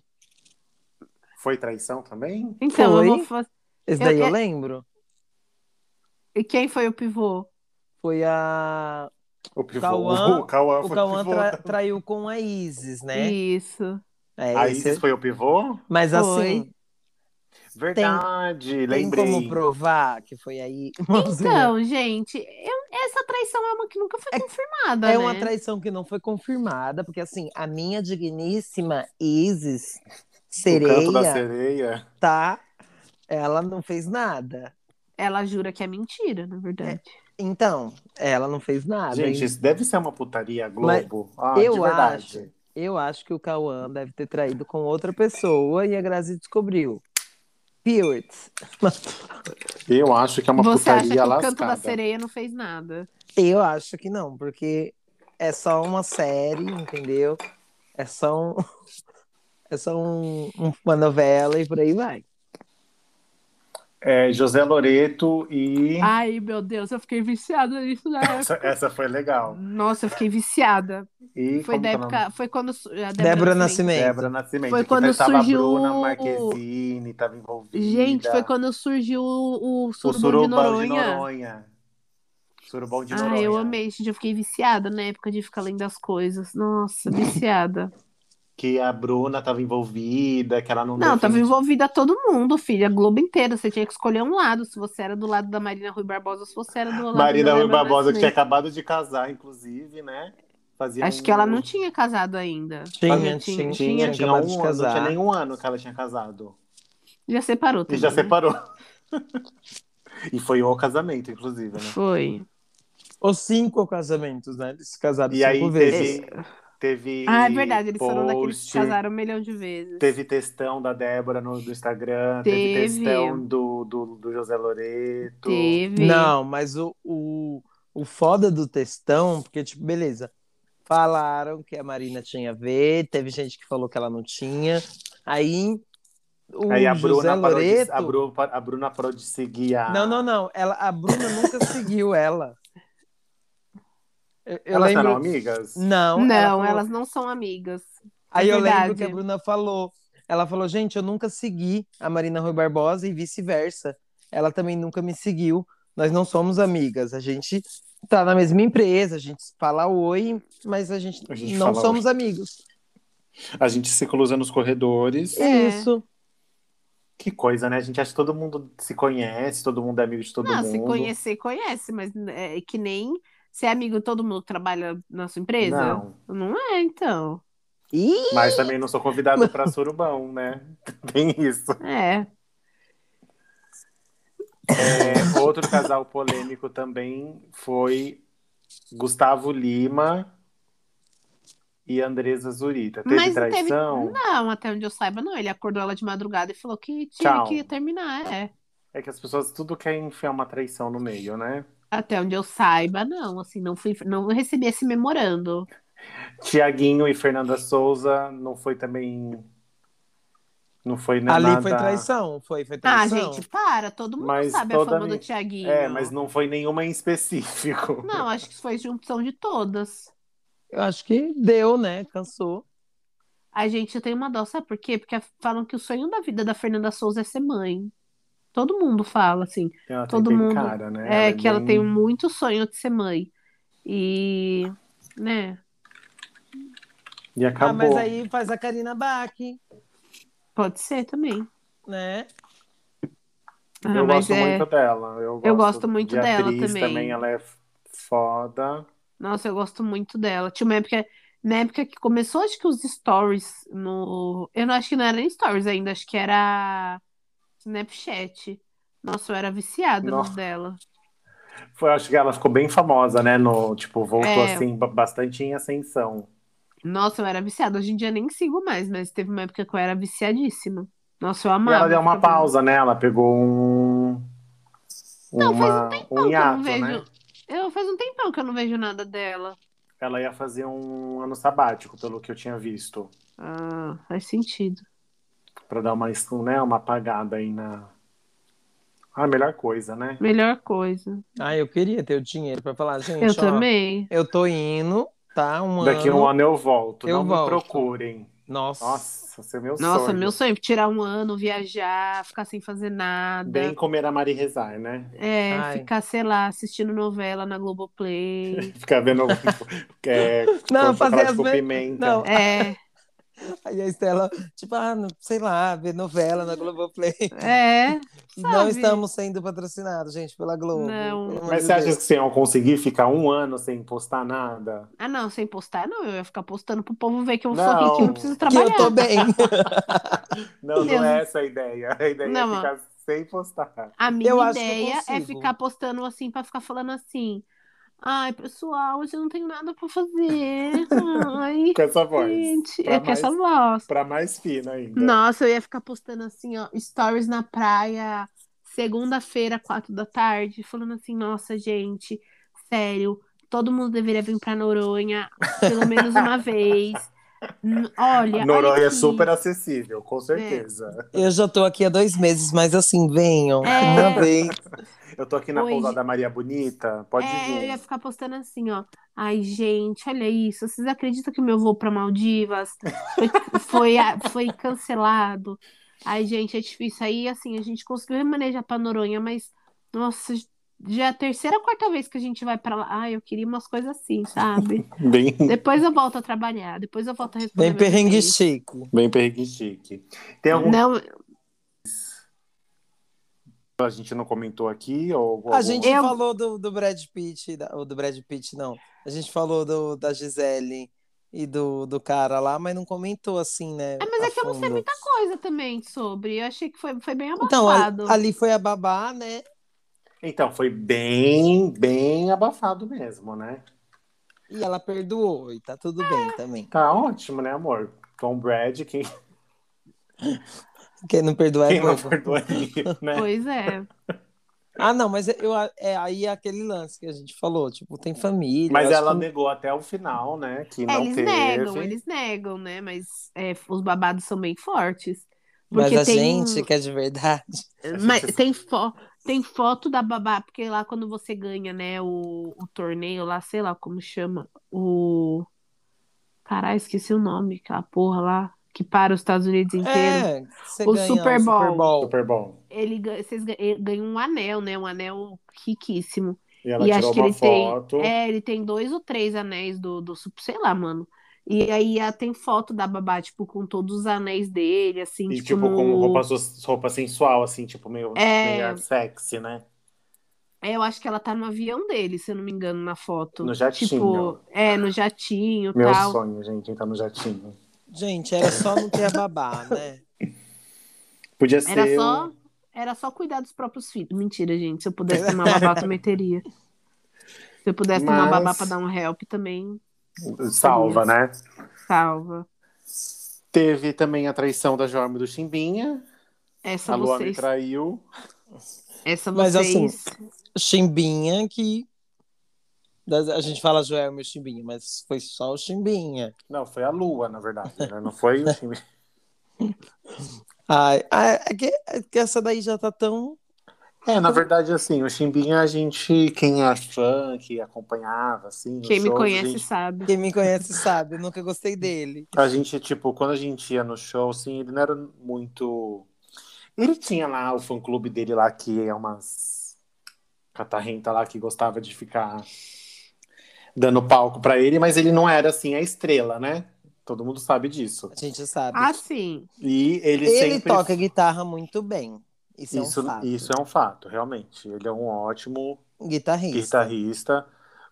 Foi traição também? Então, Foi. eu vou fazer. Esse Eu- é daí eu, eu- lembro. E quem foi o pivô? Foi a O pivô. Cauã- o Cauã o foi Cauã o pivô. tra- traiu com a Isis, né? Isso. É, A esse- Isis foi o pivô? Mas Foi. assim, Verdade, tem lembrei. como provar que foi aí. Então, gente, eu- essa traição é uma que nunca foi É- confirmada, É uma né? traição que não foi confirmada, porque assim, a minha digníssima Isis Sereia, O canto da sereia. tá? Ela não fez nada. Ela jura que é mentira, na verdade. Então, ela não fez Ah, nada. Gente, isso deve ser uma putaria Globo. Ah, eu de verdade. Eu acho que o Cauã deve ter traído com outra pessoa e a Grazi descobriu. Period. Eu acho que é uma Você acha que putaria o lascada. canto da sereia não fez nada? Eu acho que não, porque é só uma série, entendeu? É só um, é só um- um- uma novela e por aí vai. É, José Loreto e. Ai, meu Deus, eu fiquei viciada nisso na época. Essa, essa foi legal. Nossa, eu fiquei viciada. E Foi como da que é o nome? época. Foi quando. su- A Débora Nascimento. Débora Nascimento. Foi que quando tava surgiu a Bruna o- Marquezine, tava envolvida. Gente, foi quando surgiu o, o O Surubão, Surubão de Noronha. Surubão de Noronha. Ai, eu amei, gente. Eu fiquei viciada na época de ficar lendo as coisas. Nossa, viciada. Que a Bruna tava envolvida, que ela não Não, deu tava fim de- envolvida todo mundo, filha. A Globo inteira. Você tinha que escolher um lado. Se você era do lado da Marina Rui Barbosa, ou se você era do lado Marina da Rui Débora Barbosa, que tinha Nascimento. acabado de casar, inclusive, né? Fazia Acho um- que ela não tinha casado ainda. Tinha, Ah, tinha, Tinha, tinha tinha acabado um de ano, casar. não tinha nenhum ano que ela tinha casado. Já separou E também, já né? separou. e foi o casamento, inclusive, né? Foi. Os cinco casamentos, né? Eles se casaram E cinco aí vezes. teve, teve. Ah, é verdade. Eles foram daqueles que post, casaram um milhão de vezes. Teve textão da Débora no, do Instagram, teve, Teve. textão do, do, do José Loreto. Teve. Não, mas o, o, o foda do textão, porque, tipo, beleza. Falaram que a Marina tinha a ver, teve gente que falou que ela não tinha. Aí o Aí a José Bruna, parou de, Loreto. a, Bru- a Bruna parou de seguir a. Não, não, não. Ela, a Bruna nunca seguiu ela. Eu, eu Elas eram lembro. amigas? Não, Não, ela falou- elas não são amigas. Aí É eu lembro verdade. que a Bruna falou. Ela falou, gente, eu nunca segui a Marina Rui Barbosa e vice-versa. Ela também nunca me seguiu. Nós não somos amigas. A gente tá na mesma empresa, a gente fala oi, mas a gente, A gente não fala somos amigos. A gente se cruza nos corredores. É. Isso. Que coisa, né? A gente acha que todo mundo se conhece, todo mundo é amigo de todo não, mundo. se conhecer, conhece, mas é que nem ser amigo de todo mundo que trabalha na sua empresa. Não, Não é, então. Ih, mas também não sou convidado pra surubão, né? Tem isso. É. É, outro casal polêmico também foi Gustavo Lima e Andresa Zurita. Teve Mas não teve- traição? Não, até onde eu saiba, não. Ele acordou ela de madrugada e falou que tinha Tchau. que terminar. É. É que as pessoas tudo querem enfiar uma traição no meio, né? Até onde eu saiba, não. Assim, não fui, não recebi esse memorando. Tiaguinho e Fernanda Souza não foi também. Não foi nem Ali nada... foi traição, foi, foi Ah, traição. gente, para. Todo mundo Mas sabe a toda fama minha- do Tiaguinho. É, mas não foi nenhuma em específico. Não, acho que foi junção de todas. Eu acho que deu, né? Cansou. A gente tem uma dó, sabe por quê? Porque falam que o sonho da vida da Fernanda Souza é ser mãe. Todo mundo fala, assim. Ela Todo tem bem mundo- cara, né? É, que ela bem- tem muito sonho de ser mãe. E, né, E acabou. Ah, mas aí faz a Karina Bach, pode ser também. né? Ah, eu mas gosto é- muito dela. Eu gosto, Eu gosto muito de dela atriz também. Ela é foda. Nossa, eu gosto muito dela. Tinha uma época, na época que começou, acho que os stories no. Eu não acho que não era nem stories ainda, acho que era Snapchat. Nossa, eu era viciada no Nossa. dela. Foi, acho que ela ficou bem famosa, né? No, tipo, voltou É. assim, ba- bastante em ascensão. Nossa, eu era viciada. Hoje em dia nem sigo mais, mas teve uma época que eu era viciadíssima. Nossa, eu E amava. ela deu uma ficar vendo. pausa, né? Ela pegou um. Não, faz uma- Não, um que eu hiato, não né? vejo. Eu faz um tempão que eu não vejo nada dela. Ela ia fazer um ano sabático, pelo que eu tinha visto. Ah, faz sentido. Pra dar uma, né, uma apagada aí na. A melhor coisa, né? Melhor coisa. Ah, eu queria ter o dinheiro pra falar, gente, Eu ó, também. eu tô indo, tá? Um Daqui ano. um ano eu volto. Eu não volto. me procurem. Nossa. Nossa, esse é meu Nossa, sonho. meu sonho, tirar um ano, viajar, ficar sem fazer nada. Bem comer a Mari rezar, né? É, Ai. ficar, sei lá, assistindo novela na Globoplay. Ficar vendo é, Não, com chocolate fazer as com mesmas. pimenta. Não, É, aí a Estela, tipo, ah, não- sei lá, ver novela na Globoplay. é. Não Sabe? estamos sendo patrocinados, gente, pela Globo. Não. pelo amor Mas de você acha Deus. que você ia conseguir ficar um ano sem postar nada? Ah, não, sem postar, não. Eu ia ficar postando pro povo ver que eu sou Não. rica e não preciso que trabalhar. eu tô bem. Não, Deus. não é essa a ideia. A ideia Não, é ficar sem postar. A minha Eu acho que eu ideia é consigo. ficar postando assim, pra ficar falando assim. Ai, pessoal, hoje eu não tenho nada pra fazer. Ai, Com essa voz. gente. pra É que essa mais- voz. Pra mais fina ainda. Nossa, eu ia ficar postando assim, ó, stories na praia, segunda-feira, quatro da tarde, falando assim, nossa, gente, sério, todo mundo deveria vir pra Noronha pelo menos uma vez. N- Olha, olha Noronha é aqui. super acessível, com certeza. Eu já tô aqui há dois meses, mas assim, venham. É. Uma vez. Eu tô aqui na Hoje- pousada Maria Bonita, pode É, eu vir. ia ficar postando assim, ó. Ai, gente, olha isso. Vocês acreditam que o meu voo pra Maldivas foi, foi, a- foi cancelado? Ai, gente, é difícil. Aí, assim, a gente conseguiu remanejar pra Noronha, mas, nossa, já é a terceira ou quarta vez que a gente vai pra lá. Ai, eu queria umas coisas assim, sabe? Bem, Depois eu volto a trabalhar, depois eu volto a responder. Bem meus perrengue e-mails. chique. bem perrengue chique. Tem algum que Não, a gente não comentou aqui? Ou, A gente Eu- falou do, do Brad Pitt, da- ou do Brad Pitt, não. A gente falou do, da Gisele e do, do cara lá, mas não comentou assim, né? Ah, mas a é que eu não sei fundo. muita coisa também sobre. Eu achei que foi, foi bem Então, a- abafado. ali foi a babá, né? Então, foi bem, bem abafado mesmo, né? E ela perdoou, e tá É. tudo bem também. Tá ótimo, né, amor? Tom Brad, quem, Quem não perdoar é quem não bobo. perdoaria, né? Pois é. Ah, não, mas eu, é, aí é aquele lance que a gente falou, tipo, tem família. Mas eu acho ela que- negou até o final, né? Que É, não eles teve. negam, eles negam, né? Mas é, os babados são bem fortes. Mas Porque a tem- gente que é de verdade. Mas tem, fo- tem foto da babá, porque lá quando você ganha, né, o, o torneio lá, sei lá como chama, o... Caralho, esqueci o nome, aquela porra lá, que para os Estados Unidos inteiro. É, você O ganha Super o Super Bowl. Bowl. Super bom. Ele, ganha- vocês ganham ele ganha um anel, né, um anel riquíssimo. E ela E acho tirou que uma ele tem- foto. É, ele tem dois ou três anéis do, do sup- sei lá, mano. E aí ah, tem foto da babá, tipo, com todos os anéis dele, assim, E, tipo, tipo, com no- roupa, so- roupa sensual, assim, tipo, meio, É. meio sexy, né? É, eu acho que ela tá no avião dele, se eu não me engano, na foto. No jatinho. Tipo, é, no jatinho e Meu tal. sonho, gente, entrar no jatinho. Gente, era só não ter a babá, né? Podia é ser. um Era o- só, era só cuidar dos próprios filhos. Mentira, gente. Se eu pudesse ter uma babá, eu também teria. Se eu pudesse ter uma Mas- babá pra dar um help, também Salva, né? salva. Teve também a traição da Jorma e do Chimbinha. Essa a Lua me vocês. traiu. Essa Mas, vocês. Chimbinha que das- a gente fala Joelma e o Chimbinha, mas foi só o Chimbinha. Não, foi a lua, na verdade. né? Não foi o time. Ai, ai, é, que, é que essa daí já tá tão. É, na verdade, assim, o Chimbinha, a gente, quem é fã, que acompanhava, assim. os Quem me shows, conhece A gente, sabe. Quem me conhece sabe, eu nunca gostei dele. a gente, tipo, quando a gente ia no show, assim, ele não era muito. Ele tinha lá o fã-clube dele lá, que é umas catarrenta lá que gostava de ficar dando palco pra ele, mas ele não era, assim, a estrela, né? Todo mundo sabe disso. A gente sabe. Ah, sim. E ele, ele sempre toca guitarra muito bem. Isso, isso, é um fato. isso é um fato, realmente. Ele é um ótimo Guitarrista. guitarrista.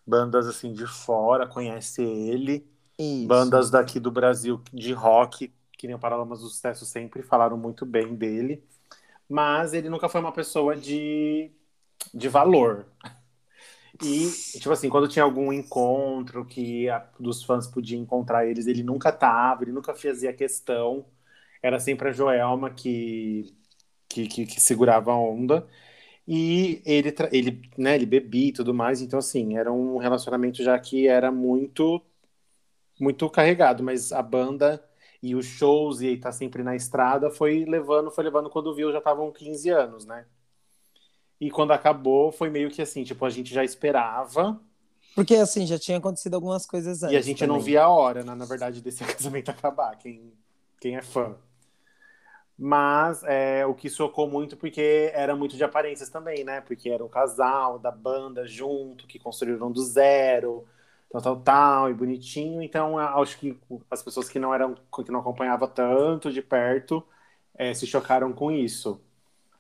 Bandas assim de fora conhece ele. Isso. Bandas daqui do Brasil de rock, que nem o Paralamas do Sucesso sempre falaram muito bem dele. Mas ele nunca foi uma pessoa de, de valor. E, tipo assim, quando tinha algum encontro que a- dos fãs podiam encontrar eles, ele nunca tava, ele nunca fazia questão. Era sempre a Joelma que, que, que, que segurava a onda. E ele, tra- ele, né, ele bebia e tudo mais. Então, assim, era um relacionamento já que era muito, muito carregado. Mas a banda e os shows e estar sempre na estrada foi levando, foi levando. Quando viu, já estavam 15 anos, né? E quando acabou, foi meio que assim, tipo, a gente já esperava Porque assim, já tinha acontecido algumas coisas antes. e a gente não É também. via a hora, né, na verdade, desse casamento acabar, quem, quem é fã. Mas é, o que socou muito porque era muito de aparências também, né? Porque era um casal da banda junto, que construíram do zero, tal, tal, tal, e bonitinho. Então, a- acho que as pessoas que não eram, que não acompanhavam tanto de perto, é, se chocaram com isso.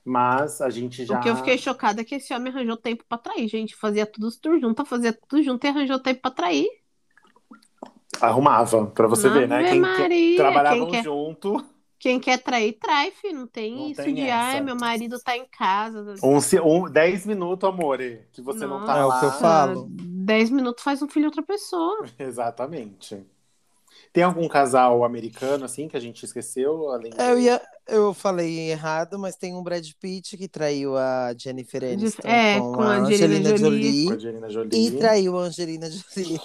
Mas a gente já. O que eu fiquei chocada é que esse homem arranjou tempo pra trair, gente. Fazia tudo tudo junto, fazia tudo junto e arranjou tempo pra trair. Arrumava, pra você ver, né? Ave Quem, que- Maria, trabalhavam quem quer, junto. quem quer trair, trai, filho. Não tem Não isso tem de, essa. ai, meu marido tá em casa. Um, se- um, 10 minutos, amor, que você não tá Nossa. É lá. o que eu falo. Dez minutos faz um filho de outra pessoa. Exatamente. Tem algum casal americano, assim, que a gente esqueceu? Além de- É, Eu, ia, eu falei errado, mas tem um Brad Pitt que traiu a Jennifer Aniston É, com, com a Angelina, Jolie. Com a Angelina Jolie. E traiu a Angelina Jolie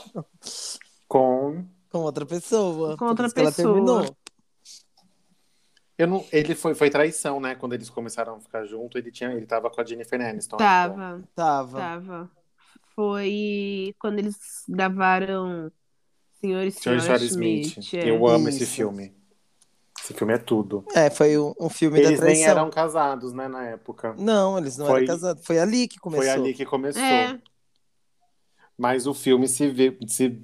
Com... com outra pessoa. Com por outra isso que ela pessoa. terminou. Eu não... Ele foi, foi traição, né? Quando eles começaram a ficar junto, ele, tinha... ele tava com a Jennifer Aniston. ainda. Tava, Tava. tava. Foi quando eles gravaram Senhor e Senhor Senhora, e Senhora Smith. é. Eu amo esse Isso. filme. Esse filme é tudo. É, foi um, um filme Eles da nem traição. eram casados, né, na época. Não, eles não Foi- eram casados. Foi ali que começou. Foi ali que começou. É. Mas o filme se vê. Se,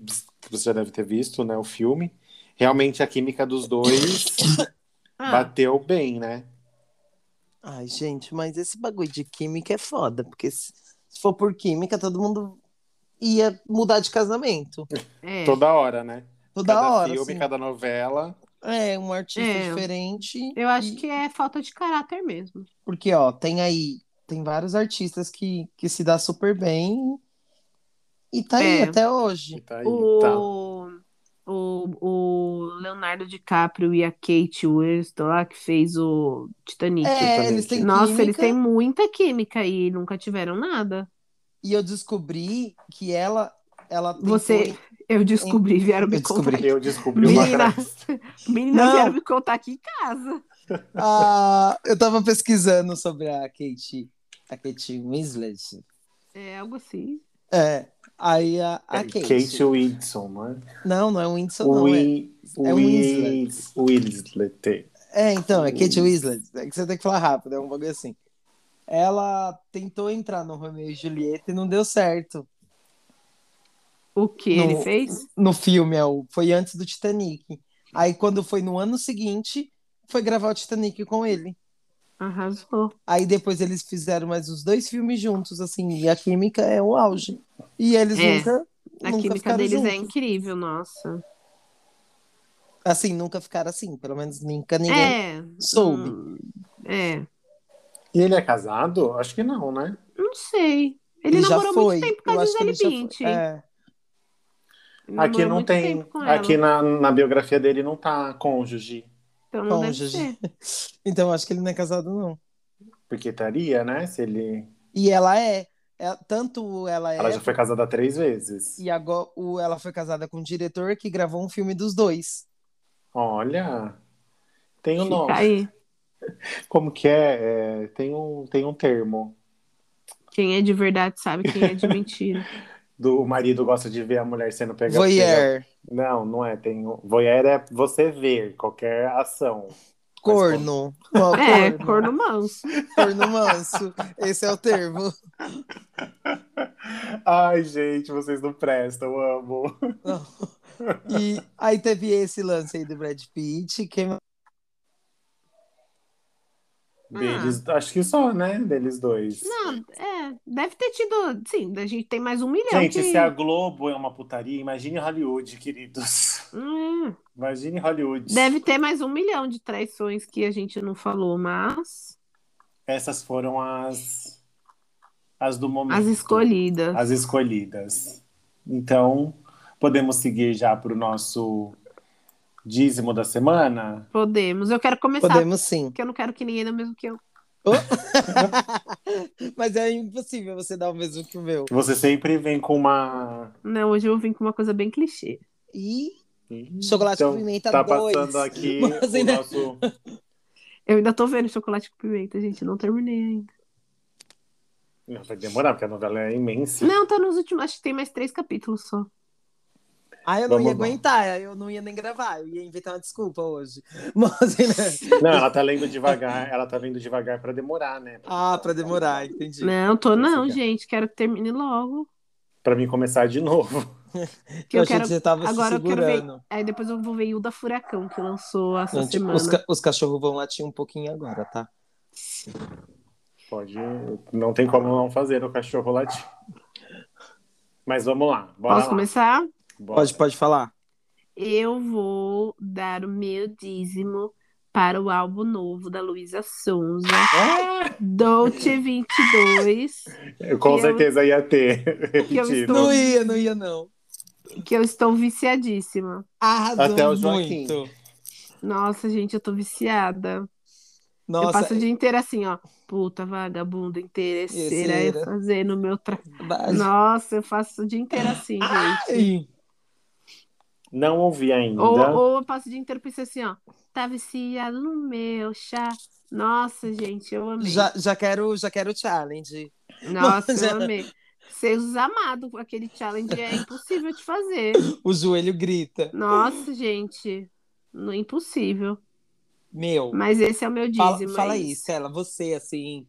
você já deve ter visto, né? O filme. Realmente a química dos dois Ah, bateu bem, né? Ai, gente, mas esse bagulho de química é foda, porque se, se for por química, todo mundo ia mudar de casamento. é. Toda hora, né? Toda cada hora. filme, assim. cada novela. É, um artista É. diferente. Eu acho E- que é falta de caráter mesmo. Porque, ó, tem aí, tem vários artistas que, que se dá super bem e tá aí É. até E hoje. tá aí, tá. O, o, o Leonardo DiCaprio e a Kate Winslet lá que fez o Titanic. É, também, eles têm Nossa, química, eles têm muita química e nunca tiveram nada. E eu descobri que ela, ela tentou- Você- Eu É. descobri, vieram me Eu descobri. contar. Eu descobri uma tra- Meninas, meninas Não. vieram me contar aqui em casa. Ah, eu tava pesquisando sobre a Kate, a Kate Winslet. É algo assim. É, aí a, a é, Kate. Kate Whitson, né? Não, não é Winslet, não. É. Wi- É Wi- Winslet. É, então, é Kate Winslet. É que você tem que falar rápido, é um bagulho assim. Ela tentou entrar no Romeo e Julieta e não deu certo. O que Não. ele fez? No filme, é o- foi antes do Titanic. Aí, quando foi no ano seguinte, foi gravar o Titanic com ele. Arrasou. Aí, depois, eles fizeram mais os dois filmes juntos, assim, e a química é o auge. E eles É. nunca. A nunca química ficaram deles juntos. é incrível, nossa. Assim, nunca ficaram assim, pelo menos nunca ninguém É. soube. hum, é. E ele é casado? Acho que não, né? Não sei. Ele já namorou foi. muito tempo com Eu a acho que ele Gisele já foi. Bündchen. É. Aqui Ele namorou não muito tem. tempo com ela, Aqui na, na biografia dele não tá cônjuge. Então não deve cônjuge. ser. Então, acho que ele não é casado, não. Porque estaria, né? Se ele. E ela é. é- tanto ela é. Ela já foi casada três vezes. E agora o, ela foi casada com um diretor que gravou um filme dos dois. Olha. Tem o Fica nome. aí. Como que é? É, tem, um, tem um termo. Quem é de verdade sabe quem é de mentira. Do o marido gosta de ver a mulher sendo pegada. Voyeur, Não, não é. Tem, um- voyeur é você ver qualquer ação. corno. Ó, é, corno. corno manso. Corno manso. Esse é o termo. Ai, gente, vocês não prestam, eu amo. Não. E aí teve esse lance aí do Brad Pitt. Quem... mais? Deles, acho que só, né? Deles dois. Ah. Não, é, deve ter tido. Sim, a gente tem mais um milhão. Gente, que... se a Globo é uma putaria, imagine Hollywood, queridos. Hum, Imagine Hollywood. deve ter mais um milhão de traições que a gente não falou, mas Essas foram as as do momento. as escolhidas. As escolhidas. Então, podemos seguir já para o nosso dízimo da semana? Podemos. Eu quero começar, Podemos sim. porque eu não quero que ninguém dê o mesmo que eu. Mas é impossível você dar o mesmo que o meu. Você sempre vem com uma. Não, hoje eu vim com uma coisa bem clichê. E chocolate Então, com pimenta Tá dois. passando aqui Mas o ainda- nosso. Eu ainda tô vendo chocolate com pimenta, gente. Não terminei ainda. Não, Vai demorar, porque a novela é imensa. Não, tá nos últimos. Acho que tem mais três capítulos só. Ah, eu não Vamos ia lá. aguentar, eu não ia nem gravar, eu ia inventar uma desculpa hoje. Mas, né? Não, ela tá lendo devagar, ela tá lendo devagar para demorar, né? Ah, pra demorar, entendi. Não, tô não, Esse é. gente. Quero que termine logo. Para mim começar de novo. Que eu achei que quero- você tava agora se eu quero ver- segurando. Aí depois eu vou ver Ilda Furacão, que lançou essa Gente, semana. os, ca- os cachorros vão latir um pouquinho agora, tá? Pode. Não tem como não fazer o cachorro latir. Mas vamos lá. Bora Posso lá. começar? Bora. Pode, pode falar. Eu vou dar o meu dízimo para o álbum novo da Luísa Sonza, Ah! Dolce 22, Eu com Eu- certeza ia ter repetido. estou- Não ia, não ia, não. que eu estou viciadíssima. Arrasou Até o Joaquim. muito. Nossa, gente, eu tô viciada. eu Nossa, é passo o dia inteiro assim, ó. Puta, vagabunda, interesseira, Interesseira. eu fazendo meu tra... vai- Nossa, eu faço o dia inteiro assim, gente. é, Ai! Não ouvi ainda. Ou, ou eu passo o dia inteiro pensando assim, ó. Tá viciado no meu chá. Nossa, gente, eu amei. já, já quero já quero o challenge. Nossa, Mas é- eu amei. Seus amados, aquele challenge é impossível de fazer. O joelho grita. Nossa, gente. Não é impossível. Meu, Mas esse é o meu fala, dízimo. fala é isso, ela, você, assim.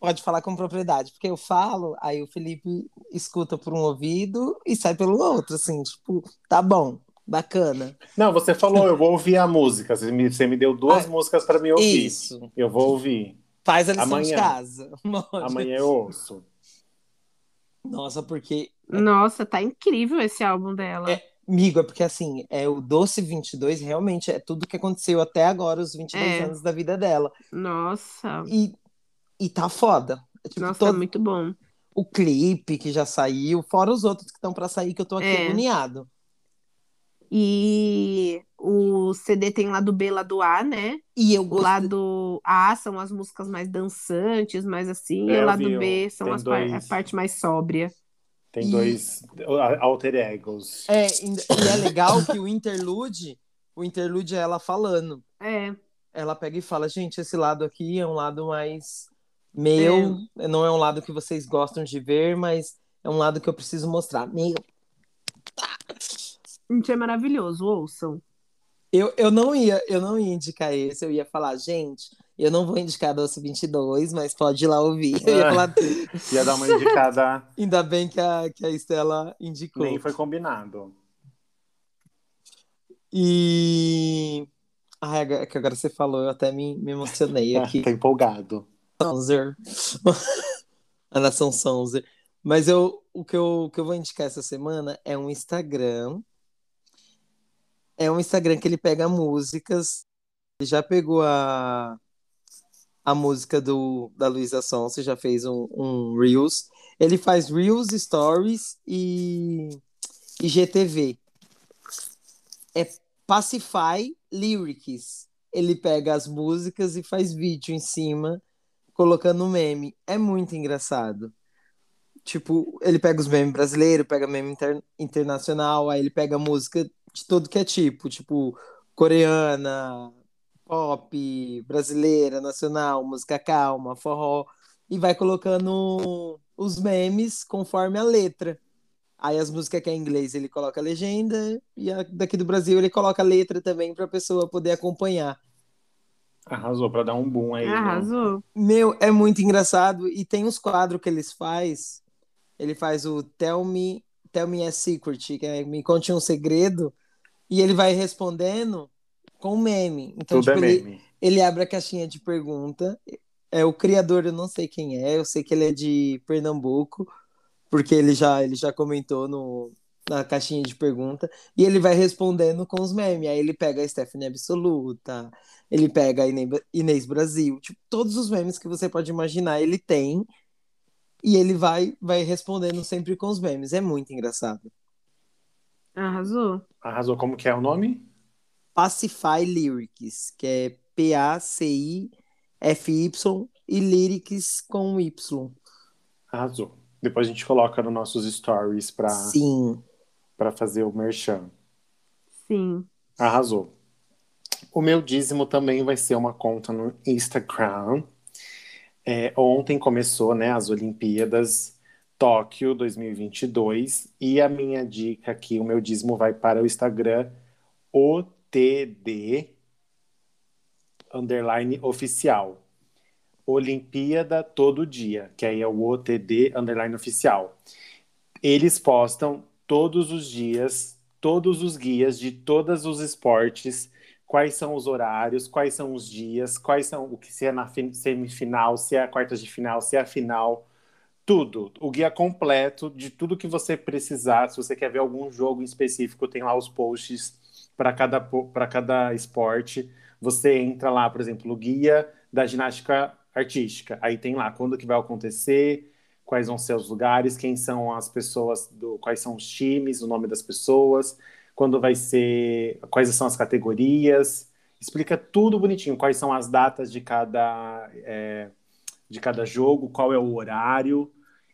Pode falar com propriedade, porque eu falo, aí o Felipe escuta por um ouvido e sai pelo outro, assim, tipo, tá bom, bacana. Não, você falou, eu vou ouvir a música. Você me, você me deu duas Ah, músicas para me ouvir. Isso. Eu vou ouvir. Faz a lição de Amanhã. casa. Amanhã eu ouço. Nossa, porque. Nossa, tá incrível esse álbum dela. É. Migo, é porque assim, é o Doce 22 realmente é tudo que aconteceu até agora, os 22 É. anos da vida dela. Nossa. E, e tá foda. É, Tipo, Nossa, tá todo muito bom. o clipe que já saiu, fora os outros que estão pra sair, que eu tô aqui É. agoniado. E o CD tem lado B, lado A, né? E eu O gosto. lado A são as músicas mais dançantes, mais assim. É, e eu o lado vi, B eu- são tem as par- dois. a parte mais sóbria. Tem E- dois a- alter egos. É, e e é legal que o interlude, o interlude é ela falando. É, Ela pega e fala, gente, esse lado aqui é um lado mais meu, não é um lado que vocês gostam de ver, mas é um lado que eu preciso mostrar. Meu, gente, é maravilhoso. Ouçam. Eu, eu não ia, eu não ia indicar esse, eu ia falar, gente, eu não vou indicar Doce 22, mas pode ir lá ouvir. Eu ia Ah. falar, Ia dar uma indicada, ainda bem que a, que a Estela indicou. nem foi combinado. E. Ai, agora, é que agora você falou, eu até me, me emocionei aqui. Tá empolgado. Sonzer. A nação Sonzer. Mas eu, o, que eu, o que eu vou indicar essa semana é um Instagram. É um Instagram que ele pega músicas. Ele já pegou a, a música do, da Luísa Sonza, já fez um, um Reels. Ele faz Reels, Stories e, e GTV. É Pacify Lyrics. Ele pega as músicas e faz vídeo em cima colocando um meme. É muito engraçado. Tipo, ele pega os memes brasileiros, pega meme inter- internacional, aí ele pega música de todo que é tipo, tipo, coreana, pop, brasileira, nacional, música calma, forró, e vai colocando os memes conforme a letra. Aí as músicas que é em inglês ele coloca a legenda, e a daqui do Brasil ele coloca a letra também pra pessoa poder acompanhar. Arrasou pra dar um boom aí. né? Arrasou. Meu, é muito engraçado. E tem uns quadros que eles faz. Ele faz o Tell Me, Tell Me a Secret, que é Me Conte um Segredo. E ele vai respondendo com meme. Então, Tudo tipo, é ele, meme. ele abre a caixinha de pergunta. É o criador, eu não sei quem é. Eu sei que ele é de Pernambuco, porque ele já, ele já comentou no, na caixinha de pergunta. E ele vai respondendo com os memes. Aí ele pega a Stephanie Absoluta, ele pega a Ine- Inês Brasil. Tipo, todos os memes que você pode imaginar, ele tem. E ele vai, vai respondendo sempre com os memes. É muito engraçado. Arrasou. Arrasou. Como que é o nome? Pacify Lyrics, que é P-A-C-I-F-Y e Lyrics com Y. Arrasou. Depois a gente coloca nos nossos stories pra, Sim. pra fazer o merchan. Sim. Arrasou. O meu dízimo também vai ser uma conta no Instagram. É, ontem começou, né, as Olimpíadas Tóquio 2022 e a minha dica aqui, o meu dízimo vai para o Instagram OTD underline oficial. Olimpíada todo dia, que aí é o OTD underline oficial. Eles postam todos os dias todos os guias de todos os esportes, quais são os horários, quais são os dias, quais são o que se é na fin- semifinal, se é a quartas de final, se é a final, tudo. O guia completo de tudo que você precisar, se você quer ver algum jogo em específico, tem lá os posts para cada para cada esporte. Você entra lá, por exemplo, o guia da ginástica artística. Aí tem lá quando que vai acontecer, quais vão ser os lugares, quem são as pessoas, do, quais são os times, o nome das pessoas, quando vai ser, quais são as categorias. Explica tudo bonitinho, quais são as datas de cada, é, de cada jogo, qual é o horário.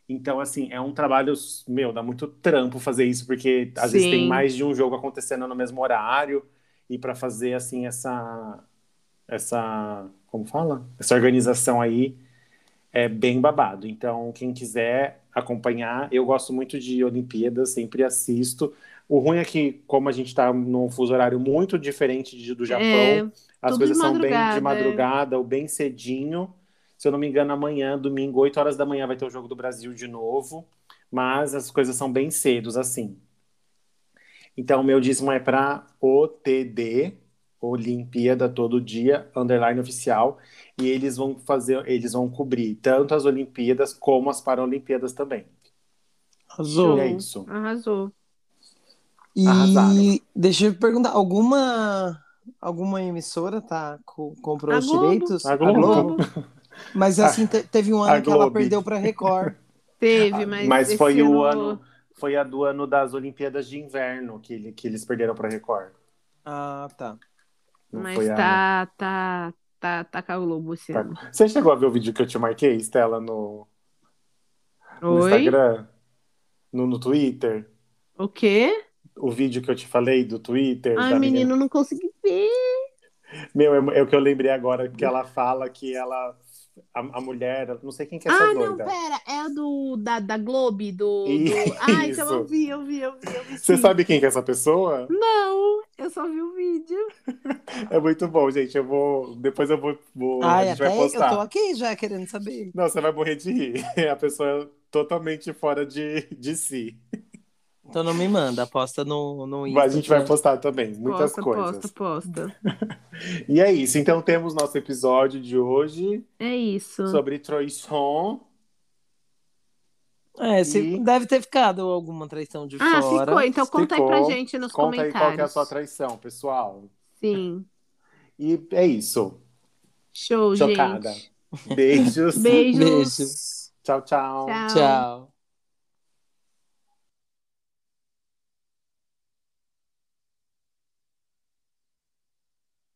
Então, assim, é um trabalho, meu, dá muito trampo fazer isso, porque às vezes Sim. tem mais de um jogo acontecendo no mesmo horário, e para fazer, assim, essa, essa, como fala? Essa organização aí é bem babado. Então, quem quiser acompanhar, eu gosto muito de Olimpíadas, sempre assisto. O ruim é que, como a gente está num fuso horário muito diferente de- do Japão, É, as tudo coisas de são bem de madrugada, madrugada ou bem cedinho. Se eu não me engano, amanhã, domingo, 8 horas da manhã, vai ter o Jogo do Brasil de novo. Mas as coisas são bem cedos, assim. Então, meu dízimo é para OTD, Olimpíada Todo Dia, underline oficial. E eles vão fazer, eles vão cobrir tanto as Olimpíadas como as Paralimpíadas também. Arrasou. E é isso. arrasou. E Arrasaram. deixa eu perguntar, alguma alguma emissora tá co- comprou A os Globo. direitos? A Globo. Mas assim, te- teve um ano a que ela Globo. perdeu para Record. Teve, Ah, mas. mas esse foi o ano- Foi a do ano das Olimpíadas de Inverno que, ele- que eles perderam para Record. Ah, tá. Não Mas foi a- tá, tá, tá, tá com a Globo esse Tá. ano. Você chegou a ver o vídeo que eu te marquei, Estela, no, no Oi? Instagram? No, no Twitter? O quê? O vídeo que eu te falei do Twitter? Ai, da menina- menino, não consegui ver. Meu, é, é o que eu lembrei agora, que ela fala que ela. A, a mulher, eu não sei quem que é essa ah, não, doida. pera. É a do, da, da Globe, do... Isso. do... Ai, então eu vi, eu vi, eu vi. Eu vi Você sim. sabe quem que é essa pessoa? Não, eu só vi o vídeo. É muito bom, gente. Eu vou. Depois eu vou. vou- a Ai, gente Ah, é, até vai eu postar. tô aqui já querendo saber. Não, você vai morrer de rir. É a pessoa totalmente fora de, de si. Então não me manda, aposta no, no Mas a gente vai Instagram. postar também, muitas posta, coisas. posta, posta. E é isso. Então temos nosso episódio de hoje É isso. sobre traição. É, se- E- deve ter ficado alguma traição de Ah, fora. ficou. Então conta aí pra Ficou. gente nos Conta aí comentários. qual que é a sua traição, pessoal. Sim. E é isso. Show, Chocada. gente. Beijos. Beijos. Beijo. Tchau, tchau. Tchau. Tchau.